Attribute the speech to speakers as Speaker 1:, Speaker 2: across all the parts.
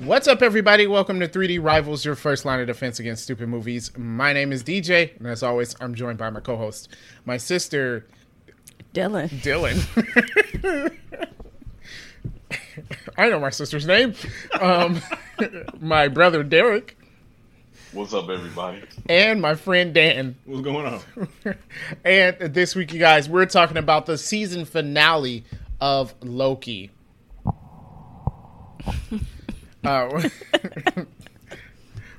Speaker 1: What's up, everybody? Welcome to 3D Rivals, your first line of defense against stupid movies. My name is DJ, and as always, I'm joined by my co host, my sister,
Speaker 2: Dylan.
Speaker 1: Dylan. I know my sister's name. Um, my brother, Derek,
Speaker 3: What's up, everybody?
Speaker 1: and my friend, Dan.
Speaker 3: What's going on?
Speaker 1: and this week, you guys, we're talking about the season finale of Loki. Uh,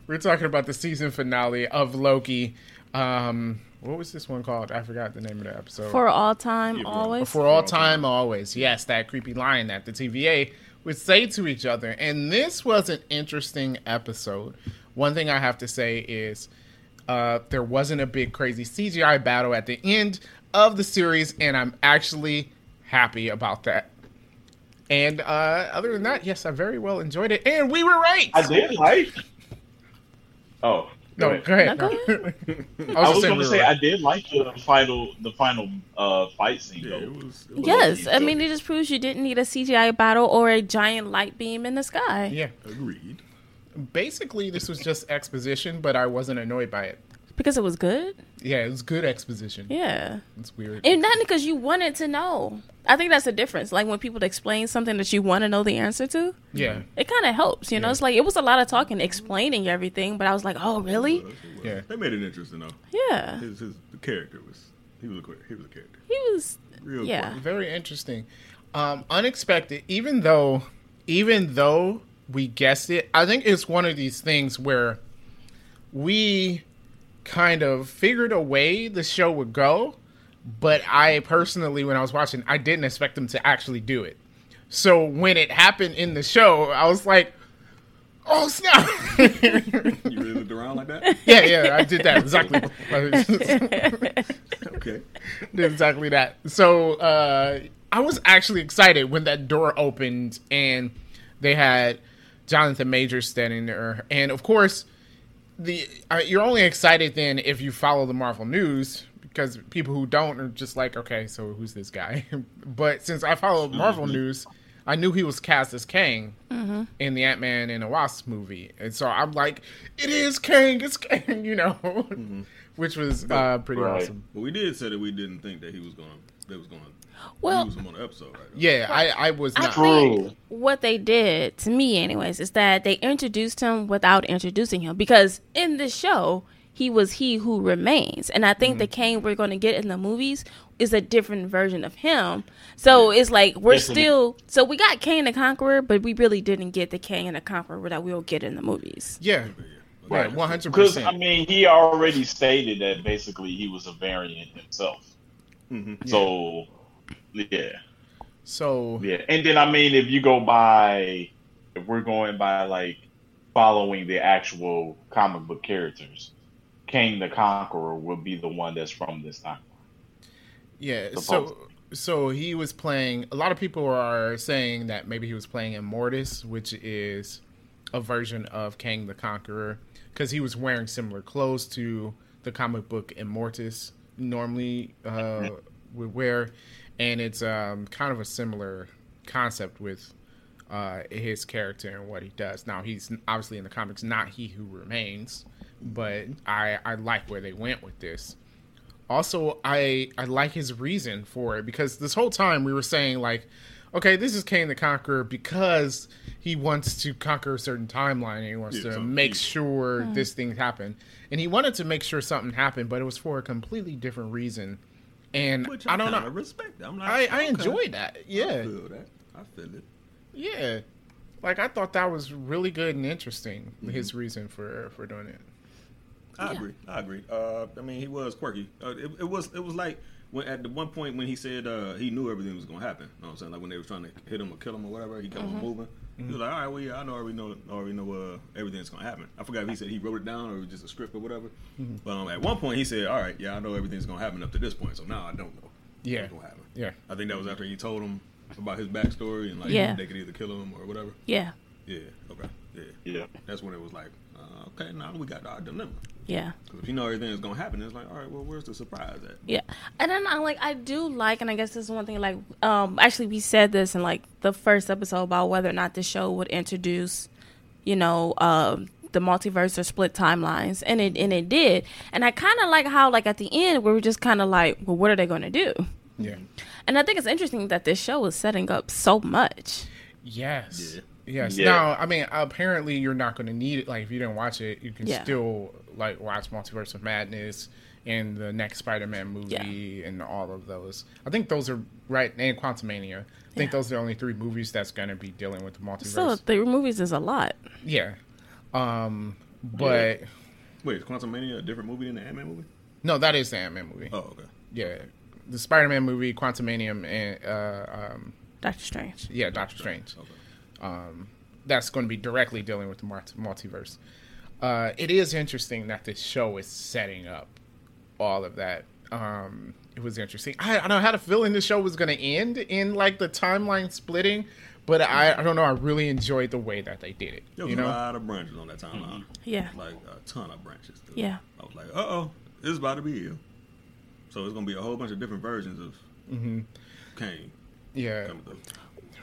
Speaker 1: we're talking about the season finale of Loki. Um, what was this one called? I forgot the name of the episode.
Speaker 2: For all time,
Speaker 3: bro.
Speaker 2: always.
Speaker 1: For all time, always. Yes, that creepy line that the TVA would say to each other. And this was an interesting episode. One thing I have to say is uh, there wasn't a big crazy CGI battle at the end of the series, and I'm actually happy about that. And uh, other than that, yes, I very well enjoyed it, and we were right.
Speaker 3: I did like. Oh go
Speaker 1: no,
Speaker 3: ahead.
Speaker 1: go ahead.
Speaker 2: No, go
Speaker 3: I
Speaker 1: just saying
Speaker 3: was going
Speaker 1: we
Speaker 3: to
Speaker 1: were
Speaker 3: say
Speaker 1: right.
Speaker 3: I did like the final, the final uh, fight scene. though.
Speaker 2: Yes, I mean it just proves you didn't need a CGI battle or a giant light beam in the sky.
Speaker 1: yeah.
Speaker 4: Agreed.
Speaker 1: Basically, this was just exposition, but I wasn't annoyed by it.
Speaker 2: Because it was good.
Speaker 1: Yeah, it was good exposition.
Speaker 2: Yeah.
Speaker 1: It's weird.
Speaker 2: And not because you wanted to know. I think that's the difference. Like when people explain something that you want to know the answer to,
Speaker 1: yeah,
Speaker 2: it kind of helps. You know,
Speaker 1: Yeah.
Speaker 2: it's like it was a lot of talking, explaining everything, but I was like, oh, really?
Speaker 1: Yeah.
Speaker 4: They made it interesting though.
Speaker 2: Yeah.
Speaker 4: His, his the character was he was a queer- he was a character.
Speaker 2: He was.
Speaker 4: Real
Speaker 2: Yeah.
Speaker 4: queer.
Speaker 1: very interesting. Um, unexpected, even though, even though we guessed it, I think it's one of these things where we kind of figured a way the show would go, but I personally, when I was watching, I didn't expect them to actually do it. So when it happened in the show, I was like, "Oh snap!"
Speaker 4: You really looked around like that?
Speaker 1: yeah, yeah, I did that exactly.
Speaker 4: Okay.
Speaker 1: Did exactly that. So uh, I was actually excited when that door opened and they had Jonathan Majors standing there. And of course, the uh, you're only excited then if you follow the Marvel news because people who don't are just like, okay, so who's this guy? but since I follow Marvel news, I knew he was cast as Kang in the Ant Man and the Wasp movie, and so I'm like, it is Kang, it's Kang, you know, which was uh, pretty
Speaker 3: Right.
Speaker 1: awesome.
Speaker 4: But we did say that we didn't think that he was going to they was going to
Speaker 2: Well,
Speaker 4: use him on the episode, right?
Speaker 1: Yeah, I, I was
Speaker 2: I
Speaker 1: not.
Speaker 3: True.
Speaker 2: think what they did to me, anyways, is that they introduced him without introducing him because in this show he was he who remains, and I think
Speaker 3: Mm-hmm.
Speaker 2: the Kane we're going to get in the movies is a different version of him. So it's like we're
Speaker 3: Yes, and-
Speaker 2: still so we got Kane the Conqueror, but we really didn't get the Kane the Conqueror that we'll get in the movies.
Speaker 1: Yeah, right, one hundred
Speaker 3: Because I
Speaker 1: percent.
Speaker 3: mean, he already stated that basically he was a variant himself.
Speaker 4: Mm-hmm.
Speaker 3: So, yeah,
Speaker 1: So
Speaker 3: yeah. And then I mean, if you go by, if we're going by like following the actual comic book characters, Kang the Conqueror will be the one that's from this time.
Speaker 1: yeah,
Speaker 3: The
Speaker 1: so so he was playing. A lot of people are saying that maybe he was playing Immortus, which is a version of Kang the Conqueror, because he was wearing similar clothes to the comic book Immortus normally uh, would wear, and it's um, kind of a similar concept with uh, his character and what he does. Now he's obviously in the comics not he who remains, but I I like where they went with this. Also, I I like his reason for it because this whole time we were saying like, okay, this is Kane the Conqueror because he wants to conquer a certain timeline and he wants
Speaker 4: Yeah,
Speaker 1: to
Speaker 4: so
Speaker 1: make
Speaker 4: he-
Speaker 1: sure this thing happened, and he wanted to make sure something happened, but it was for a completely different reason, and
Speaker 4: Which
Speaker 1: I don't
Speaker 4: kinda
Speaker 1: know.
Speaker 4: respect. that. I'm like
Speaker 1: I, I
Speaker 4: okay.
Speaker 1: enjoyed that. Yeah.
Speaker 4: I feel that. I feel it.
Speaker 1: Yeah. Like I thought that was really good and interesting.
Speaker 2: Mm-hmm.
Speaker 1: His reason for for doing it.
Speaker 4: I
Speaker 2: Yeah.
Speaker 4: agree. I agree. Uh, I mean, he was quirky. Uh, it, it was it was like when at the one point when he said uh, he knew everything was gonna happen. You know what I'm saying? Like when they were trying to hit him or kill him or whatever, he kept
Speaker 2: Mm-hmm.
Speaker 4: on moving. He
Speaker 1: Mm-hmm.
Speaker 4: was like, "All right, well, yeah, I know, already know, already know uh, everything's gonna happen." I forgot if he said he wrote it down or it was just a script or whatever.
Speaker 1: Mm-hmm.
Speaker 4: But um, at one point he said, "All right, yeah, I know everything's gonna happen up to this point, so now I don't know."
Speaker 1: Yeah.
Speaker 4: what's gonna happen.
Speaker 1: Yeah.
Speaker 4: I think that was after he told him about his backstory and like
Speaker 2: Yeah.
Speaker 4: they could either kill him or whatever.
Speaker 2: Yeah,
Speaker 4: Yeah. Okay. Yeah.
Speaker 3: Yeah.
Speaker 4: That's when it was like, uh, okay, now we got our dilemma.
Speaker 2: yeah.
Speaker 4: Because if you know everything is gonna happen, it's like, all right, well, where's the surprise at?
Speaker 2: Yeah, and then I like I do like, and I guess this is one thing. Like, um, actually, we said this in like the first episode about whether or not the show would introduce you know, um, the multiverse or split timelines, and it and it did. And I kind of like how like at the end we were just kind of like, well, what are they going to do?
Speaker 1: Yeah.
Speaker 2: And I think it's interesting that this show is setting up so much.
Speaker 1: Yes.
Speaker 4: Yeah.
Speaker 1: Yes.
Speaker 3: Yeah.
Speaker 1: Now, I mean, apparently you're not going to need it. Like, if you didn't watch it, you can
Speaker 2: Yeah.
Speaker 1: still like watch Multiverse of Madness and the next Spider-Man movie and all of those. I think those are right, and Quantumania. I think
Speaker 2: Yeah.
Speaker 1: those are the only three movies that's going to be dealing with the multiverse.
Speaker 2: Still, three movies is a lot.
Speaker 1: yeah. Um, but
Speaker 4: Wait, is Quantum Mania a different movie than the Ant Man movie?
Speaker 1: no, that is the Ant-Man movie.
Speaker 4: Oh, okay.
Speaker 1: Yeah. The Spider-Man movie, Quantumanium, and uh, um,
Speaker 2: Doctor Strange.
Speaker 1: yeah, Doctor Strange. Um,
Speaker 4: Okay.
Speaker 1: that's going to be directly dealing with the mult- multiverse. Uh, it is interesting that this show is setting up all of that. Um, it was interesting. I, I don't know, I had a feeling the show was going to end in like the timeline splitting, but I, I don't know. I really enjoyed the way that they did it.
Speaker 4: There was
Speaker 1: you know, Mm-hmm.
Speaker 4: a lot of branches on that timeline.
Speaker 2: Yeah.
Speaker 4: Like a ton of branches. dude.
Speaker 2: Yeah.
Speaker 4: I was like, uh oh, this is about to be you. So it's gonna be a whole bunch of different versions of
Speaker 1: Mm-hmm.
Speaker 4: Kane
Speaker 1: yeah,
Speaker 4: coming through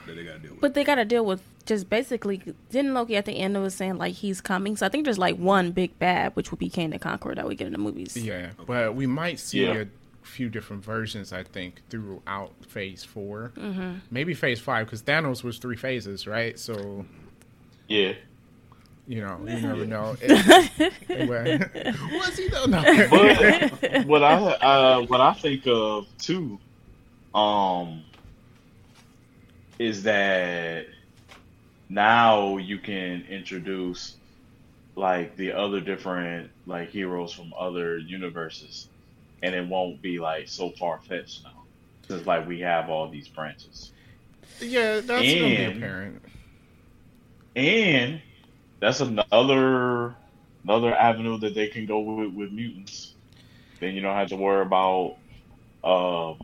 Speaker 4: that they gotta deal with.
Speaker 2: But they got to deal with just basically. Didn't Loki at the end was saying like he's coming? So I think there's like one big bad, which would be Kang the Conqueror that we get in the movies.
Speaker 1: yeah. But we might see
Speaker 3: Yeah.
Speaker 1: a few different versions. I think throughout Phase 4 maybe Phase Five, because Thanos was three phases, right? So
Speaker 3: Yeah.
Speaker 1: you know, you never know. It- anyway. was he though? No.
Speaker 3: But what I uh, what I think of too, um, is that now you can introduce like the other different like heroes from other universes, and it won't be like so far fetched now, since like we have all these branches.
Speaker 1: Yeah, that's gonna be
Speaker 3: And-
Speaker 1: apparent.
Speaker 3: and that's another another avenue that they can go with with mutants. Then you don't have to worry about, uh,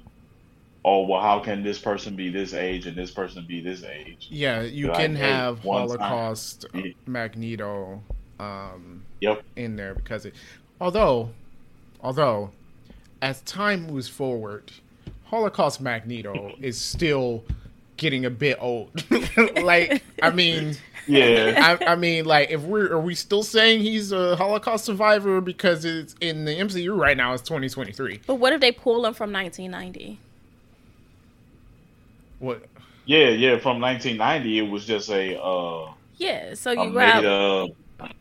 Speaker 3: oh well, how can this person be this age and this person be this age?
Speaker 1: Yeah, you
Speaker 3: Like,
Speaker 1: can
Speaker 3: hey,
Speaker 1: have
Speaker 3: one time.
Speaker 1: Holocaust uh,
Speaker 3: Yeah.
Speaker 1: Magneto um,
Speaker 3: Yep.
Speaker 1: in there because it, although, although, as time moves forward, Holocaust Magneto is still getting a bit old. like, I mean.
Speaker 3: Yeah.
Speaker 1: I, I mean, like, if we're are we still saying he's a Holocaust survivor because it's in the MCU right now? It's twenty twenty three.
Speaker 2: But what if they pull him from 1990?
Speaker 1: What?
Speaker 3: yeah. Yeah. From 1990, it was just a uh,
Speaker 2: Yeah. So
Speaker 3: a
Speaker 2: you
Speaker 3: made
Speaker 2: grab.
Speaker 3: up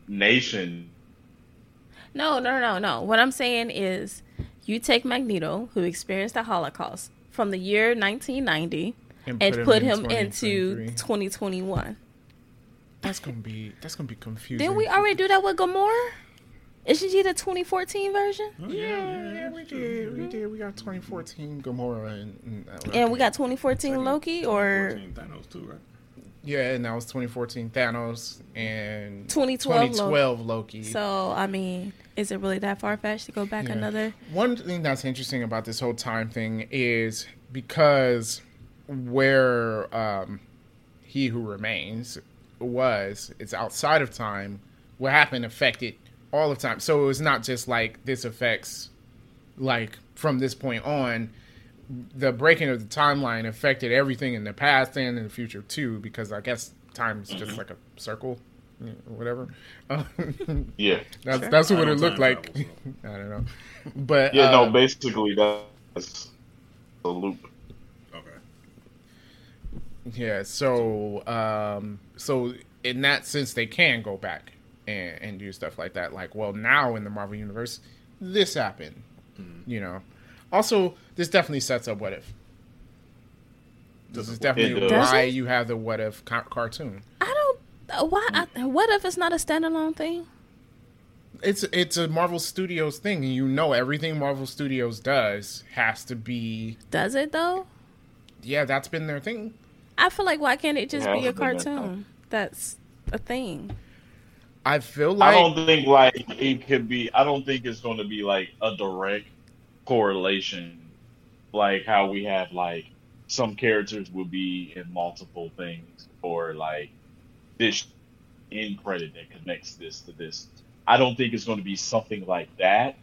Speaker 3: nation.
Speaker 2: No, no, no, no. What I'm saying is, you take Magneto, who experienced the Holocaust, from the year 1990, and put, him,
Speaker 1: in
Speaker 2: into
Speaker 1: 2023.
Speaker 2: 2021.
Speaker 1: That's gonna be that's gonna be confusing.
Speaker 2: Didn't we already do that with Gamora? Isn't she the 2014 version?
Speaker 4: Oh,
Speaker 1: Yeah, yeah, we did. We did. We got 2014 Gamora and, and uh,
Speaker 2: And we
Speaker 1: okay.
Speaker 2: got 2014 Loki or
Speaker 4: 14 Thanos too, right?
Speaker 1: yeah, and that was 2014 Thanos and
Speaker 2: 2012
Speaker 1: 2012 Loki.
Speaker 2: so. I mean, is it really that far fetched to go back
Speaker 1: Yeah.
Speaker 2: another?
Speaker 1: One thing that's interesting about this whole time thing is because where um, he who remains was, it's outside of time. What happened affected all of time. So it was not just like this affects, like from this point on, the breaking of the timeline affected everything in the past and in the future too. Because I guess time is just like a circle, you know, whatever.
Speaker 3: Yeah.
Speaker 1: That's
Speaker 2: Sure.
Speaker 1: that's
Speaker 4: I
Speaker 1: what it
Speaker 4: don't
Speaker 1: looked
Speaker 4: time
Speaker 1: like.
Speaker 4: travel,
Speaker 1: I don't know, but
Speaker 3: Yeah.
Speaker 1: uh,
Speaker 3: no. Basically, that's a loop.
Speaker 4: Okay.
Speaker 1: yeah. So um, so in that sense, they can go back and, and do stuff like that. Like, well, now in the Marvel universe, this happened.
Speaker 4: Mm-hmm.
Speaker 1: You know. Also, this definitely sets up what if. This is definitely
Speaker 3: It
Speaker 2: does.
Speaker 1: why
Speaker 2: Does it?
Speaker 1: you have the what if ca- cartoon.
Speaker 2: I don't. uh, Why? I, what if it's not a standalone thing?
Speaker 1: It's it's a Marvel Studios thing. and You know, everything Marvel Studios does has to be.
Speaker 2: Does it though?
Speaker 1: Yeah, that's been their thing.
Speaker 2: I feel like why can't it just
Speaker 3: Yeah,
Speaker 2: be a
Speaker 3: I've been there.
Speaker 2: cartoon? That's a thing.
Speaker 1: I feel
Speaker 3: I
Speaker 1: like
Speaker 3: don't think like it could be. I don't think it's going to be like a direct correlation, like how we have like some characters will be in multiple things, or like this end credit that connects this to this. I don't think it's going to be something like that,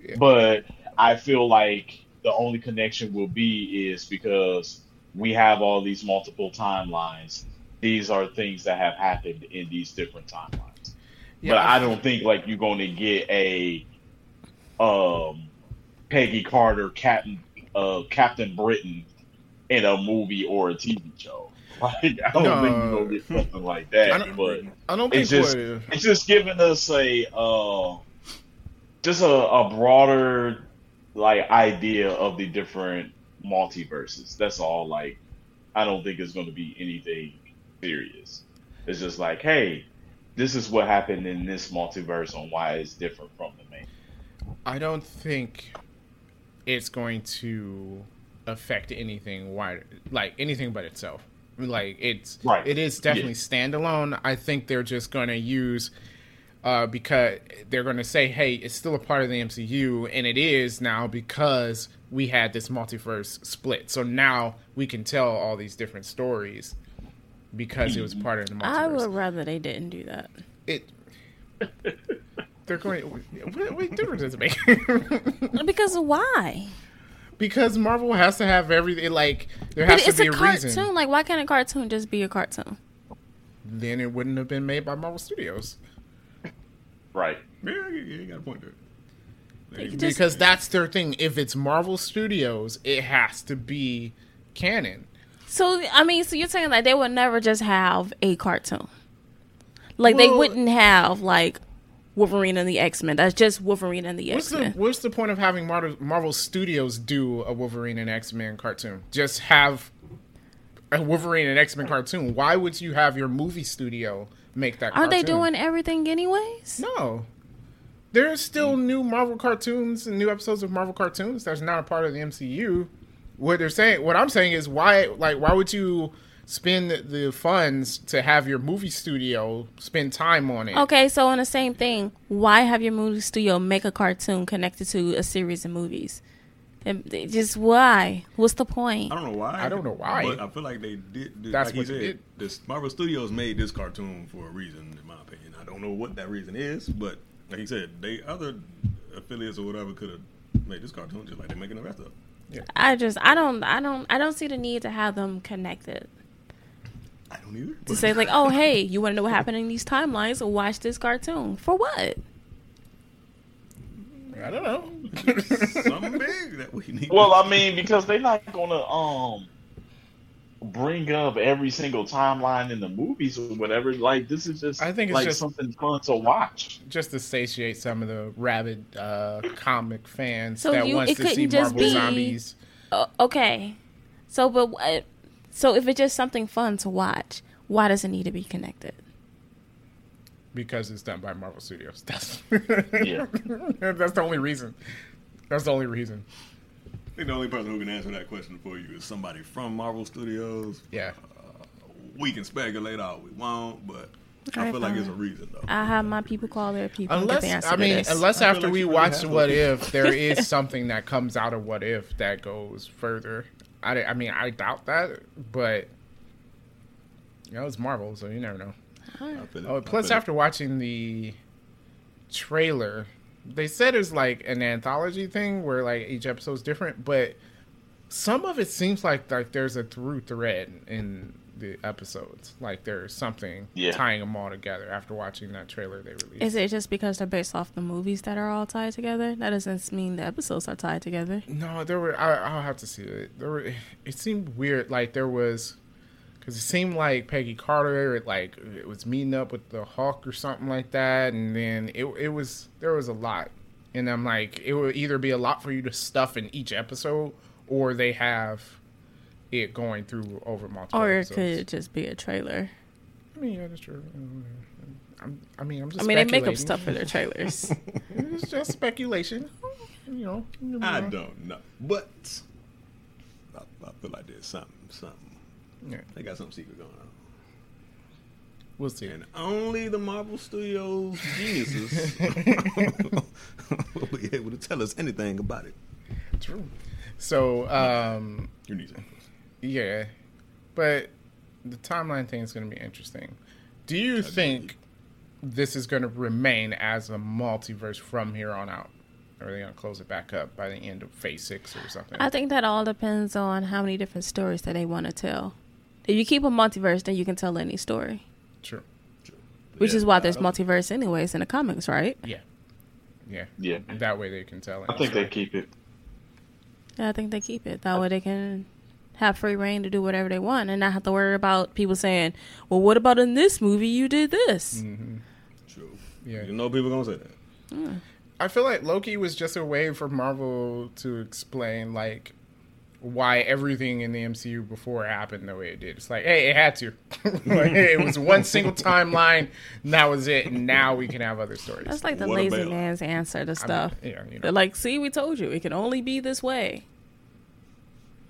Speaker 1: Yeah.
Speaker 3: but I feel like the only connection will be is because we have all these multiple timelines these are things that have happened in these different timelines.
Speaker 1: Yeah,
Speaker 3: but I don't think like you're going to get a um, Peggy Carter, Captain uh, Captain Britain in a movie or a TV show. Like, I don't
Speaker 1: No.
Speaker 3: think you're going to get something like
Speaker 1: I
Speaker 3: that.
Speaker 1: don't-
Speaker 3: But
Speaker 1: I don't think
Speaker 3: it's just
Speaker 1: we're-
Speaker 3: it's just giving us a uh, just a, a broader like idea of the different multiverses. That's all. Like, I don't think it's going to be anything serious. It's just like, hey, this is what happened in this multiverse and why it's different from the main.
Speaker 1: I don't think it's going to affect anything wider, like anything but itself. Like it's
Speaker 3: Right.
Speaker 1: it is definitely standalone. I think they're just going to use uh, because they're going to say, "Hey, it's still a part of the MCU, and it is now because we had this multiverse split. So now we can tell all these different stories because it
Speaker 3: Mm-hmm.
Speaker 1: was part of the multiverse."
Speaker 2: I would rather they didn't do that.
Speaker 1: It. They're going. What, what difference does it make?
Speaker 2: Because why?
Speaker 1: because Marvel has to have everything. Like there
Speaker 2: But
Speaker 1: has
Speaker 2: it's
Speaker 1: to be
Speaker 2: a
Speaker 1: a,
Speaker 2: cartoon.
Speaker 1: reason.
Speaker 2: Like, why can't a cartoon just be a cartoon?
Speaker 1: Then it wouldn't have been made by Marvel Studios
Speaker 3: Right.
Speaker 4: Yeah, you, you got a point there.
Speaker 2: They could just-
Speaker 1: because that's their thing. If it's Marvel Studios, it has to be canon.
Speaker 2: so I mean, so you're saying like they would never just have a cartoon? Like they
Speaker 1: Well-
Speaker 2: wouldn't have like Wolverine and the X Men. That's just Wolverine and the
Speaker 1: What's
Speaker 2: X
Speaker 1: the
Speaker 2: Men.
Speaker 1: What's the point of having Marvel, Marvel Studios do a Wolverine and X Men cartoon? Just have a Wolverine and X Men cartoon. Why would you have your movie studio make that?
Speaker 2: Aren't they
Speaker 1: cartoon?
Speaker 2: doing everything anyways?
Speaker 1: No. There's still
Speaker 2: Hmm.
Speaker 1: new Marvel cartoons and new episodes of Marvel cartoons that's not a part of the MCU. What they're saying, what I'm saying is why like why would you spend the funds to have your movie studio spend time on it?
Speaker 2: Okay, so on the same thing, why have your movie studio make a cartoon connected to a series of movies? And they- Just why? What's the point?
Speaker 4: I don't know why.
Speaker 1: I don't know why.
Speaker 4: But I feel like they did. did
Speaker 1: That's
Speaker 4: like he
Speaker 1: what they
Speaker 4: said,
Speaker 1: did.
Speaker 4: This Marvel Studios made this cartoon for a reason, in my opinion. I don't know what that reason is, but like he said, they other affiliates or whatever could have made this cartoon just like they're making the rest of. It.
Speaker 2: I just I don't I don't I don't see the need to have them connected.
Speaker 4: I don't either.
Speaker 2: To say like, oh hey, you want to know what happened in these timelines? Watch this cartoon for what?
Speaker 1: I don't know.
Speaker 4: something big that we need.
Speaker 3: Well, I mean, because they're not going to um bring up every single timeline in the movies or whatever. Like, this is just
Speaker 1: I think it's
Speaker 3: like
Speaker 1: just-
Speaker 3: something fun to watch.
Speaker 1: just to satiate some of the rabid uh, comic fans
Speaker 2: So
Speaker 1: that
Speaker 2: you-
Speaker 1: wants
Speaker 2: it
Speaker 1: to see
Speaker 2: couldn't just
Speaker 1: Marvel
Speaker 2: be-
Speaker 1: zombies.
Speaker 2: O- okay, so but what? So if it's just something fun to watch, why does it need to be connected?
Speaker 1: because it's done by Marvel Studios. That's
Speaker 3: Yeah.
Speaker 1: that's the only reason. That's the only reason.
Speaker 4: I think the only person who can answer that question for you is somebody from Marvel Studios.
Speaker 1: Yeah.
Speaker 4: We can speculate all we want, but I
Speaker 2: Okay,
Speaker 4: feel like
Speaker 2: fine.
Speaker 4: it's a reason though.
Speaker 2: I have my people call their people. and get the
Speaker 1: Unless
Speaker 2: answer
Speaker 1: I
Speaker 2: to
Speaker 1: mean,
Speaker 2: this.
Speaker 1: unless
Speaker 4: I feel
Speaker 1: after
Speaker 4: like
Speaker 1: we
Speaker 4: you really
Speaker 1: watch
Speaker 4: have to.
Speaker 1: What If, there is something that comes out of What If that goes further. I, I mean, I doubt that, but you know, it's Marvel, so you never know.
Speaker 4: I feel it.
Speaker 1: Oh,
Speaker 4: I
Speaker 1: plus
Speaker 4: feel it.
Speaker 1: after watching the trailer, they said it's like an anthology thing where like each episode's different, but some of it seems like like there's a through thread in the episodes. Like there's something
Speaker 3: Yeah.
Speaker 1: tying them all together after watching that trailer they released.
Speaker 2: Is it just because they're based off the movies that are all tied together? That doesn't mean the episodes are tied together.
Speaker 1: No, there were. I, I'll have to see it. There were. It seemed weird. Like there was, because it seemed like Peggy Carter. It like it was meeting up with the Hawk or something like that, and then it it was there was a lot, and I'm like it would either be a lot for you to stuff in each episode, or they have it going through over multiple.
Speaker 2: Or it
Speaker 1: episodes.
Speaker 2: could just be a trailer.
Speaker 1: I mean, yeah, that's true. I'm, I mean, I'm just.
Speaker 2: I mean, they make
Speaker 1: speculating.
Speaker 2: up stuff for their trailers.
Speaker 1: It's just speculation. You know. you
Speaker 4: I
Speaker 1: know.
Speaker 4: don't know, but I, I feel like there's something, something.
Speaker 1: Yeah,
Speaker 4: They got something secret going on,
Speaker 1: we'll see.
Speaker 4: and only the Marvel Studios geniuses will be able to tell us anything about it.
Speaker 1: True. So, um,
Speaker 4: You need something.
Speaker 1: yeah, but the timeline thing is going to be interesting. Do you think this is going to remain as a multiverse from here on out? Or are they going to close it back up by the end of Phase Six or something?
Speaker 2: I think that all depends on how many different stories that they want to tell. If you keep a multiverse, then you can tell any story,
Speaker 1: True.
Speaker 2: which
Speaker 4: Yeah,
Speaker 2: is why
Speaker 4: nah,
Speaker 2: there's
Speaker 4: that was-
Speaker 2: multiverse anyways in the comics, right?
Speaker 1: Yeah. Yeah.
Speaker 3: Yeah,
Speaker 1: That way they can tell it.
Speaker 3: I think they keep it.
Speaker 2: Yeah, I think they keep it that way. They can have free reign to do whatever they want and not have to worry about people saying, "Well, what about in this movie you did this?"
Speaker 1: hmm
Speaker 4: True.
Speaker 1: Yeah.
Speaker 4: You know people gonna say that.
Speaker 1: I feel like Loki was just a way for Marvel to explain like why everything in the MCU before happened the way it did. It's like, hey, it had to. like, hey, it was one single timeline. and That was it. And now we can have other stories.
Speaker 2: That's like the
Speaker 4: What
Speaker 2: lazy
Speaker 4: about-
Speaker 2: man's answer
Speaker 1: I
Speaker 2: to
Speaker 1: mean,
Speaker 2: stuff.
Speaker 1: yeah, you
Speaker 2: They're
Speaker 1: know,
Speaker 2: like, "See, we told you it can only be this way."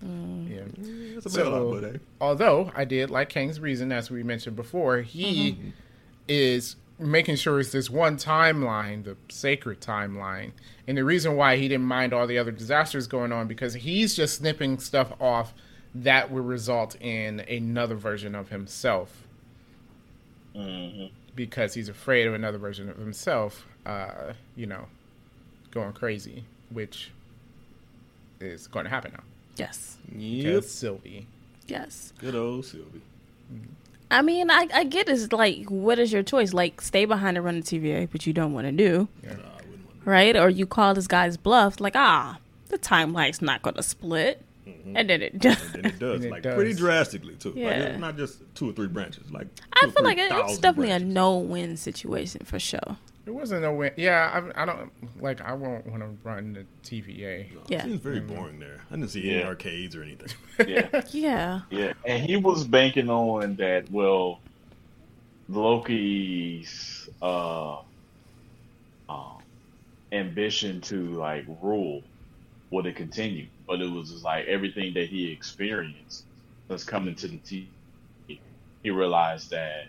Speaker 1: yeah.
Speaker 4: It's a
Speaker 1: So-
Speaker 4: bailout, but hey.
Speaker 1: although I did like Kang's reason, as we mentioned before, he is making sure it's this one timeline, the sacred timeline. And the reason why he didn't mind all the other disasters going on because he's just snipping stuff off that would result in another version of himself
Speaker 3: hmm
Speaker 1: because he's afraid of another version of himself, uh, you know, going crazy, which is going to happen now.
Speaker 2: Yes,
Speaker 1: Because
Speaker 4: Yep.
Speaker 1: Sylvie.
Speaker 2: yes.
Speaker 4: Good old Sylvie.
Speaker 2: I mean, I, I get it's like, what is your choice? Like, stay behind and run the TVA, which you don't want to do,
Speaker 4: Nah, I wouldn't want
Speaker 2: right? Or you call this guy's bluff, like, ah, the timeline's not going to split. And then it does.
Speaker 4: to. And it does,
Speaker 1: And it
Speaker 4: like
Speaker 1: does.
Speaker 4: pretty drastically too. Like,
Speaker 2: Yeah.
Speaker 4: it's not just two or three branches. Like
Speaker 2: I
Speaker 4: two or
Speaker 2: feel like
Speaker 4: three
Speaker 2: it, it was
Speaker 4: thousand
Speaker 2: definitely a
Speaker 4: branches.
Speaker 2: no win situation for sure.
Speaker 1: It wasn't a win. Yeah, I, I don't like. I won't want to run the TVA.
Speaker 4: No,
Speaker 2: Yeah.
Speaker 4: It seems very boring there. I didn't see any
Speaker 3: Yeah.
Speaker 4: arcades or anything.
Speaker 3: Yeah.
Speaker 2: Yeah.
Speaker 3: Yeah, and he was banking on that. Well, Loki's uh, um, ambition to like rule would it continue, but it was just like everything that he experienced that's coming to the TV. He realized that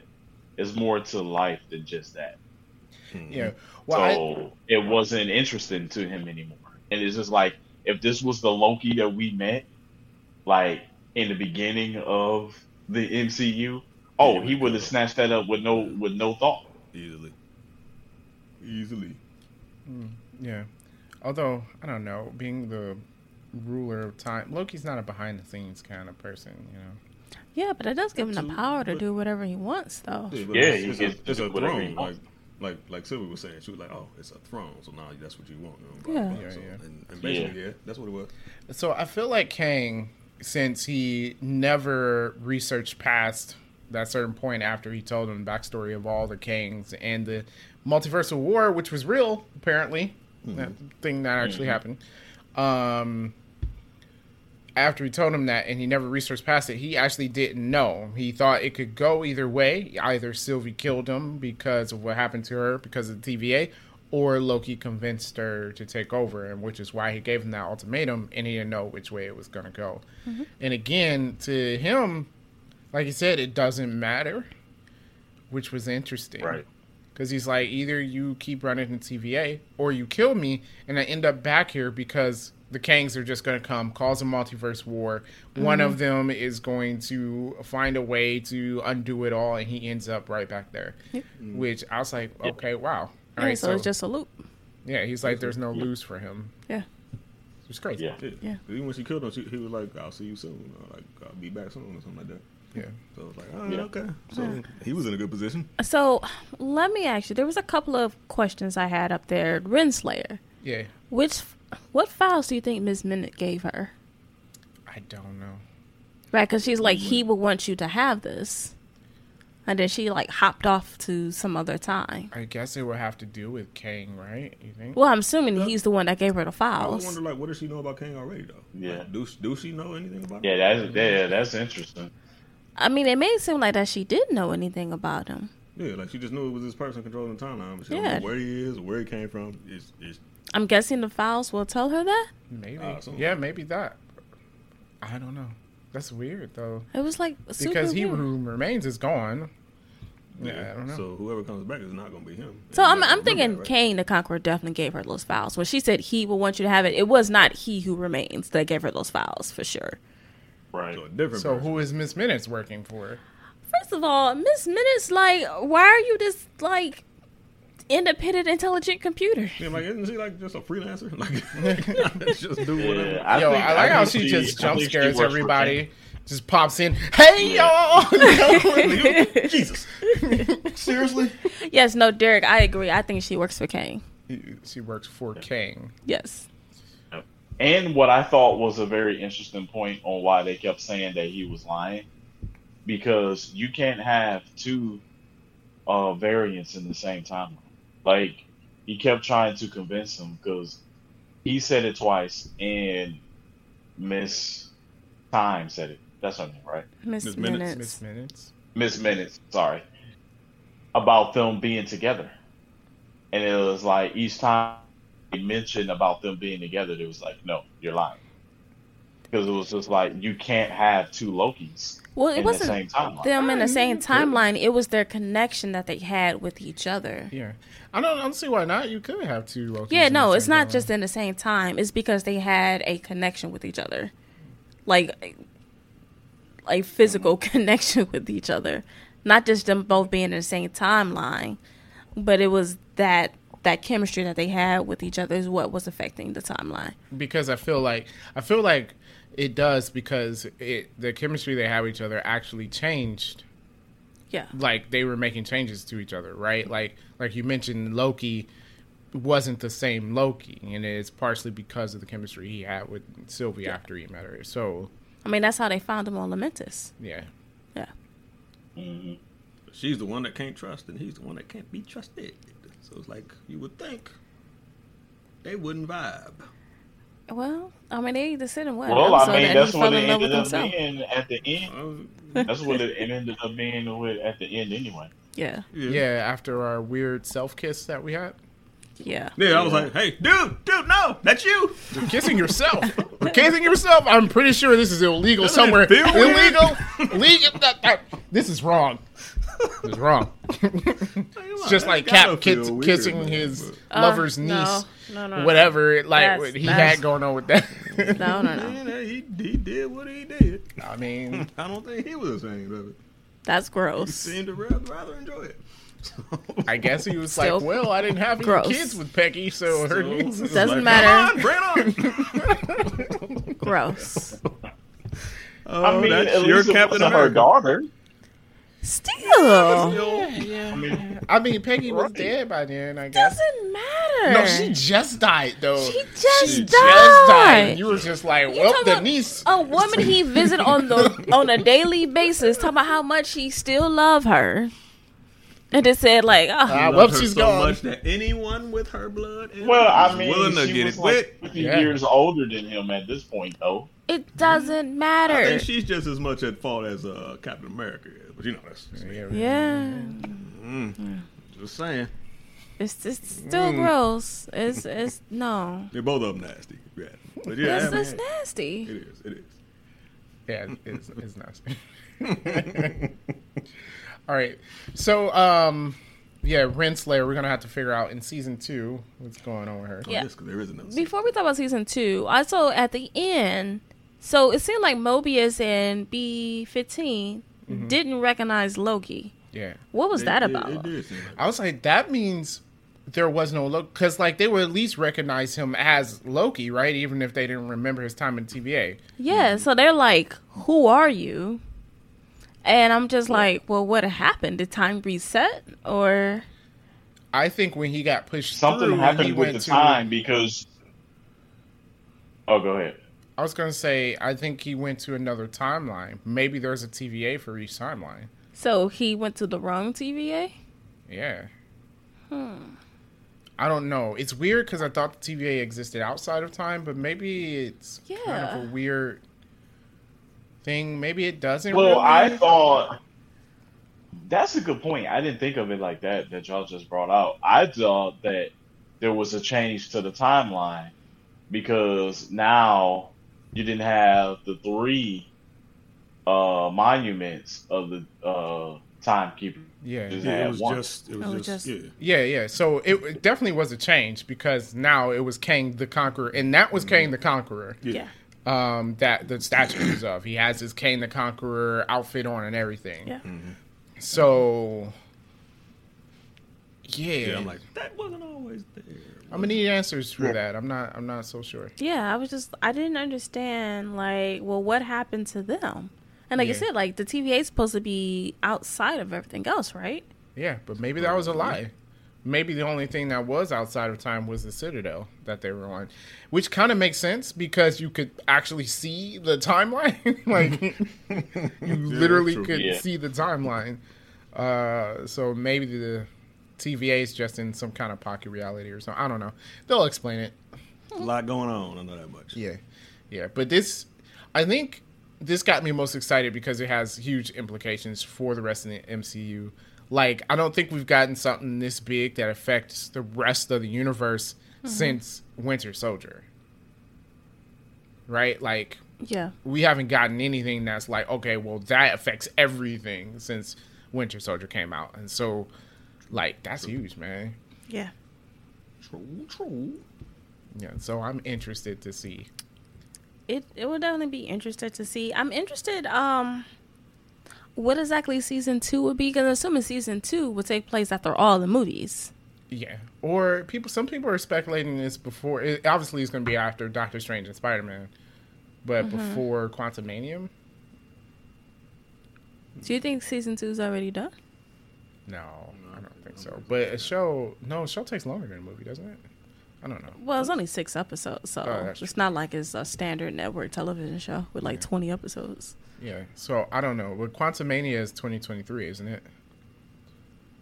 Speaker 3: it's more to life than just that.
Speaker 1: Yeah. Well, I,
Speaker 3: so it wasn't interesting to him anymore. And it's just like if this was the Loki that we met, like in the beginning of the MCU, oh, he would have snatched that up with no with no thought.
Speaker 4: Easily. Easily.
Speaker 1: yeah. Although I don't know, being the ruler of time, Loki's not a behind the scenes kind of person. You know.
Speaker 2: Yeah, but it does give him the
Speaker 4: Two,
Speaker 2: power to
Speaker 4: but-
Speaker 2: do whatever he wants, though.
Speaker 4: Yeah, but
Speaker 3: Yeah,
Speaker 4: it's,
Speaker 3: he
Speaker 4: it's
Speaker 3: gets
Speaker 4: a, it's
Speaker 3: to
Speaker 4: a
Speaker 3: do whatever he
Speaker 4: throne. Like,
Speaker 3: wants.
Speaker 4: like, like Sylvia was saying, she was like, "Oh, it's a throne." So now that's what you want. you know,
Speaker 2: Yeah.
Speaker 4: blah, blah,
Speaker 1: Yeah,
Speaker 4: so-
Speaker 1: yeah.
Speaker 4: And, and basically, yeah. that's what it was.
Speaker 1: So I feel like Kang, since he never researched past that certain point after he told him the backstory of all the Kangs and the multiversal war, which was real apparently, that thing that actually happened. Um, after he told him that and he never researched past it, he actually didn't know. He thought it could go either way. Either Sylvie killed him because of what happened to her because of the TVA, or Loki convinced her to take over, and which is why he gave him that ultimatum and he didn't know which way it was going to go. And again, to him, like you said, it doesn't matter, which was interesting.
Speaker 3: Right.
Speaker 1: Because he's like, either you keep running in TVA or you kill me and I end up back here because the Kangs are just going to come, cause a multiverse war. One
Speaker 2: Mm-hmm.
Speaker 1: of them is going to find a way to undo it all and he ends up right back there. Which I was like, okay, wow. All
Speaker 2: Yeah,
Speaker 1: right,
Speaker 2: so, it's just a loop.
Speaker 1: yeah, he's like, there's no lose for him.
Speaker 2: Yeah.
Speaker 1: It's crazy.
Speaker 3: Yeah.
Speaker 4: Yeah.
Speaker 2: Yeah.
Speaker 4: Even when she killed him, she, he was like, "I'll see you soon," or like, "I'll be back soon," or something like that.
Speaker 1: Yeah.
Speaker 4: So I was like, "Oh,
Speaker 3: Yeah.
Speaker 4: okay." So he was in a good position.
Speaker 2: So let me ask you there was a couple of questions I had up there. Renslayer.
Speaker 1: Yeah.
Speaker 2: Which, what files do you think Miss Minute gave her?
Speaker 1: I don't know.
Speaker 2: Right, because she's like, he would want you to have this, and then she like hopped off to some other time.
Speaker 1: I guess it would have to do with Kang, right? You think?
Speaker 2: Well, I'm assuming
Speaker 4: Yeah.
Speaker 2: he's the one that gave her the
Speaker 4: I was
Speaker 2: files.
Speaker 4: wondering, like, what does she know about Kang already, though?
Speaker 3: Yeah.
Speaker 4: Like, do do she know anything about?
Speaker 3: Yeah,
Speaker 4: him?
Speaker 3: that's yeah, that's interesting.
Speaker 2: I mean, it may seem like that she did know anything about him.
Speaker 4: Yeah, like she just knew it was this person controlling the timeline, but she
Speaker 2: Yeah.
Speaker 4: don't know where he is, or where he came from. It's, it's
Speaker 2: I'm guessing the files will tell her that.
Speaker 1: Maybe.
Speaker 4: Uh, so-
Speaker 1: yeah, maybe that. I don't know. That's weird though,
Speaker 2: It was like super
Speaker 1: because he
Speaker 2: weird.
Speaker 1: who remains is gone. Yeah, I don't know.
Speaker 4: So whoever comes back is not going to be him.
Speaker 2: So
Speaker 4: And
Speaker 2: I'm, I'm
Speaker 4: you gotta remember
Speaker 2: thinking
Speaker 4: that, right?
Speaker 2: Kane the Conqueror definitely gave her those files. When she said he will want you to have it, it was not he who remains that gave her those files for sure.
Speaker 3: Right.
Speaker 4: So a different.
Speaker 1: So
Speaker 4: person.
Speaker 1: who is Miss Minutes working for?
Speaker 2: First of all, Miss Minutes, like, why are you just like independent, intelligent computer.
Speaker 4: Yeah, like isn't she like just a freelancer? Like just do whatever.
Speaker 3: Yeah, I
Speaker 1: Yo,
Speaker 3: think-
Speaker 1: I like how
Speaker 3: think
Speaker 1: she just
Speaker 3: I
Speaker 1: jump
Speaker 3: think she
Speaker 1: scares
Speaker 3: works for
Speaker 1: everybody.
Speaker 3: Kang.
Speaker 1: Just pops in. Hey y'all.
Speaker 4: Jesus,
Speaker 3: Seriously?
Speaker 2: Yes, no, Derek, I agree. I think she works for Kane.
Speaker 1: she works for Kang.
Speaker 2: Yes.
Speaker 3: And what I thought was a very interesting point on why they kept saying that he was lying, because you can't have two uh, variants in the same timeline. Like he kept trying to convince him because he said it twice and Miss Time said it. That's her name, right?
Speaker 2: Miss
Speaker 4: Miss
Speaker 2: Minutes.
Speaker 4: Minutes.
Speaker 1: Miss Minutes.
Speaker 3: Miss Minutes, sorry, about them being together. And it was like each time they mentioned about them being together, it was like, no, you're lying. Because it was just like, you can't have two Lokis
Speaker 2: Well, it
Speaker 3: in the same
Speaker 2: wasn't
Speaker 3: timeline.
Speaker 2: them in the same timeline. It was their connection that they had with each other.
Speaker 1: Yeah. I don't I don't see why not. You could have two Lokis.
Speaker 2: Yeah,
Speaker 1: in the
Speaker 2: no,
Speaker 1: same
Speaker 2: it's not
Speaker 1: timeline.
Speaker 2: just in the same time. It's because they had a connection with each other, like a physical connection with each other, not just them both being in the same timeline, but it was that that chemistry that they had with each other is what was affecting the timeline.
Speaker 1: because I feel like I feel like it does because it the chemistry they have with each other actually changed
Speaker 2: Yeah,
Speaker 1: like they were making changes to each other, right? Like like you mentioned, Loki wasn't the same Loki, and it's partially because of the chemistry he had with Sylvie after he met her. So
Speaker 2: I mean that's how they found them on Lamentus.
Speaker 1: yeah,
Speaker 2: Yeah,
Speaker 4: she's the one that can't trust, and he's the one that can't be trusted. So it's like you would think they wouldn't vibe.
Speaker 2: well, I mean they either said in what
Speaker 3: well,
Speaker 2: episode
Speaker 3: I mean,
Speaker 2: that
Speaker 3: that's
Speaker 2: he
Speaker 3: what
Speaker 2: fell
Speaker 3: it
Speaker 2: in love with
Speaker 3: ended up
Speaker 2: himself.
Speaker 3: being at the end.
Speaker 4: Uh,
Speaker 3: That's what it ended up being with at the end anyway.
Speaker 2: Yeah,
Speaker 1: yeah. after our weird self kiss that we had,
Speaker 2: yeah.
Speaker 4: Yeah, I was like, hey, dude, dude, no, that's you.
Speaker 1: You're kissing yourself, You're kissing yourself. I'm pretty sure this is illegal
Speaker 4: Doesn't it
Speaker 1: somewhere.
Speaker 4: feel weird?
Speaker 1: Illegal, legal. that- that- This is wrong. This is wrong. It's just like Cap kiss, kissing his lover's niece,
Speaker 2: no, Uh, Oh, no, no, no.
Speaker 1: whatever. It, like
Speaker 2: That's-
Speaker 1: what he
Speaker 2: that's-
Speaker 1: had going on with that.
Speaker 2: No, no, no.
Speaker 4: Yeah, he, he did what he did.
Speaker 1: I mean,
Speaker 4: I don't think he was ashamed of it.
Speaker 2: That's
Speaker 4: He
Speaker 2: gross.
Speaker 4: seemed to rather, rather enjoy it.
Speaker 1: I guess he was
Speaker 2: Still
Speaker 1: like, "Well, I didn't have any
Speaker 2: gross.
Speaker 1: kids with Peggy, so her niece is
Speaker 2: doesn't
Speaker 4: Like,
Speaker 2: matter.
Speaker 4: Come on, bring it on.
Speaker 2: Gross.
Speaker 4: Oh,
Speaker 3: I mean,
Speaker 4: that's
Speaker 3: at
Speaker 4: your
Speaker 3: least it
Speaker 4: Captain
Speaker 3: wasn't her
Speaker 4: America.
Speaker 3: daughter.
Speaker 2: Still
Speaker 1: yeah."
Speaker 3: I mean,
Speaker 1: I mean, Peggy was
Speaker 3: Right.
Speaker 1: dead by then, I guess.
Speaker 2: doesn't matter.
Speaker 1: No, she just died though.
Speaker 2: She just
Speaker 1: She
Speaker 2: died.
Speaker 1: You were just like,
Speaker 2: You
Speaker 1: "Well,
Speaker 2: talking
Speaker 1: the
Speaker 2: about
Speaker 1: niece."
Speaker 2: a woman he visit on the on a daily basis, talking about how much he still love her, and it said like, oh,
Speaker 1: Ah,
Speaker 4: Loved
Speaker 1: whoops,
Speaker 4: her
Speaker 1: she's
Speaker 4: so
Speaker 1: gone.
Speaker 4: much that anyone with her blood in
Speaker 3: well, I
Speaker 4: was
Speaker 3: mean,
Speaker 4: willing to
Speaker 3: she
Speaker 4: get
Speaker 3: was
Speaker 4: it
Speaker 3: like
Speaker 4: wet.
Speaker 3: 50
Speaker 1: Yeah.
Speaker 3: years older than him at this point, though.
Speaker 2: it doesn't
Speaker 4: I
Speaker 2: matter.
Speaker 4: think she's just as much at fault as uh, Captain America is, but you know that's just, me. Mm.
Speaker 2: yeah,
Speaker 4: just saying.
Speaker 2: it's it's still gross. It's it's no,
Speaker 4: They're both of them nasty. Yeah, but yeah, I
Speaker 2: it's
Speaker 4: mean,
Speaker 2: it's nasty.
Speaker 4: it is. It is.
Speaker 1: Yeah, it's, it's nice. All right, so um, yeah, Renslayer. We're gonna have to figure out in season two what's going on with her.
Speaker 2: Yeah.
Speaker 4: Oh, Yes, because there is another. season.
Speaker 2: Before we talk about season two, also at the end, so it seemed like Mobius and B 15 did didn't recognize Loki.
Speaker 1: Yeah,
Speaker 2: What was
Speaker 4: It-
Speaker 2: that
Speaker 4: it-
Speaker 2: about?
Speaker 4: It, did seem like-
Speaker 1: I was like, that means there was no Loki because like they would at least recognize him as Loki, right? Even if they didn't remember his time in TVA.
Speaker 2: Yeah, so they're like, "Who are you?" And I'm just like, "Well, what happened? Did time reset or
Speaker 1: I think when he got pushed
Speaker 3: Something
Speaker 1: through, he
Speaker 3: happened with
Speaker 1: went
Speaker 3: the
Speaker 1: to,
Speaker 3: time because. Oh, go ahead.
Speaker 1: I was gonna say, I think he went to another timeline. Maybe there's a TVA for each timeline.
Speaker 2: so he went to the wrong TVA?"
Speaker 1: Yeah. Hmm.
Speaker 2: Hmm.
Speaker 1: I don't know. It's weird because I thought the TVA existed outside of time, but maybe it's kind
Speaker 2: Yeah.
Speaker 1: of a weird thing. Maybe it doesn't.
Speaker 3: Well,
Speaker 1: really.
Speaker 3: I thought that's a good point. I didn't think of it like that that y'all just brought out. I thought that there was a change to the timeline because now you didn't have the three uh, monuments of the uh, timekeeper.
Speaker 1: Yeah.
Speaker 3: Just-
Speaker 4: Yeah,
Speaker 3: Yeah,
Speaker 4: it was
Speaker 3: one.
Speaker 4: just. It was,
Speaker 2: Oh, It was
Speaker 4: just.
Speaker 2: just-
Speaker 4: Yeah.
Speaker 1: Yeah, yeah. So it, it definitely was a change because now it was Kang the Conqueror, and that was Kang the Conqueror.
Speaker 2: Yeah.
Speaker 1: Um, that the statue is of. He has his Kang the
Speaker 4: Mm-hmm.
Speaker 1: Conqueror outfit on and everything.
Speaker 2: Yeah.
Speaker 1: So Yeah.
Speaker 4: Yeah, I'm
Speaker 1: I'm
Speaker 4: like that wasn't always there.
Speaker 1: gonna need answers for
Speaker 3: Yeah.
Speaker 1: that. I'm not. I'm not so sure.
Speaker 2: Yeah, I was just I didn't understand like well what happened to them. And like I
Speaker 1: Yeah.
Speaker 2: said, like the TVA is supposed to be outside of everything else, right?
Speaker 1: Yeah, but maybe that was a lie. Maybe the only thing that was outside of time was the Citadel that they were on, which kind of makes sense because you could actually see the timeline. like you literally
Speaker 4: true.
Speaker 1: could
Speaker 3: Yeah.
Speaker 1: see the timeline. Uh, so maybe the TVA is just in some kind of pocket reality or something. I don't know. They'll explain it.
Speaker 4: a lot going on. I know that much.
Speaker 1: Yeah, yeah. But this, I think, this got me most excited because it has huge implications for the rest of the MCU. Like, I don't think we've gotten something this big that affects the rest of the universe since Winter Soldier. Right? Like,
Speaker 2: Yeah.
Speaker 1: we haven't gotten anything that's like, okay, well, that affects everything since Winter Soldier came out. And so, like, that's huge, man.
Speaker 2: Yeah.
Speaker 4: True, true.
Speaker 1: Yeah. So I'm interested to see.
Speaker 2: It it would definitely be interested to see. I'm interested um what exactly season 2 would be cuz I'm assuming season 2 would take place after all the movies.
Speaker 1: Yeah, or people. Some people are speculating this before. It, obviously, it's going to be after Doctor Strange and Spider Man, but before Quantum Manium.
Speaker 2: Do you think season 2 is already done?
Speaker 1: No, I don't think so.
Speaker 3: Mm-hmm.
Speaker 1: But a show, no, a show takes longer than a movie, doesn't it? I don't know.
Speaker 2: Well, it's only 6 episodes, so
Speaker 1: Oh, that's
Speaker 2: it's not like it's a standard network television show with like 20 episodes.
Speaker 1: Yeah, so I don't know. But Quantum Mania is twenty twenty three, isn't it?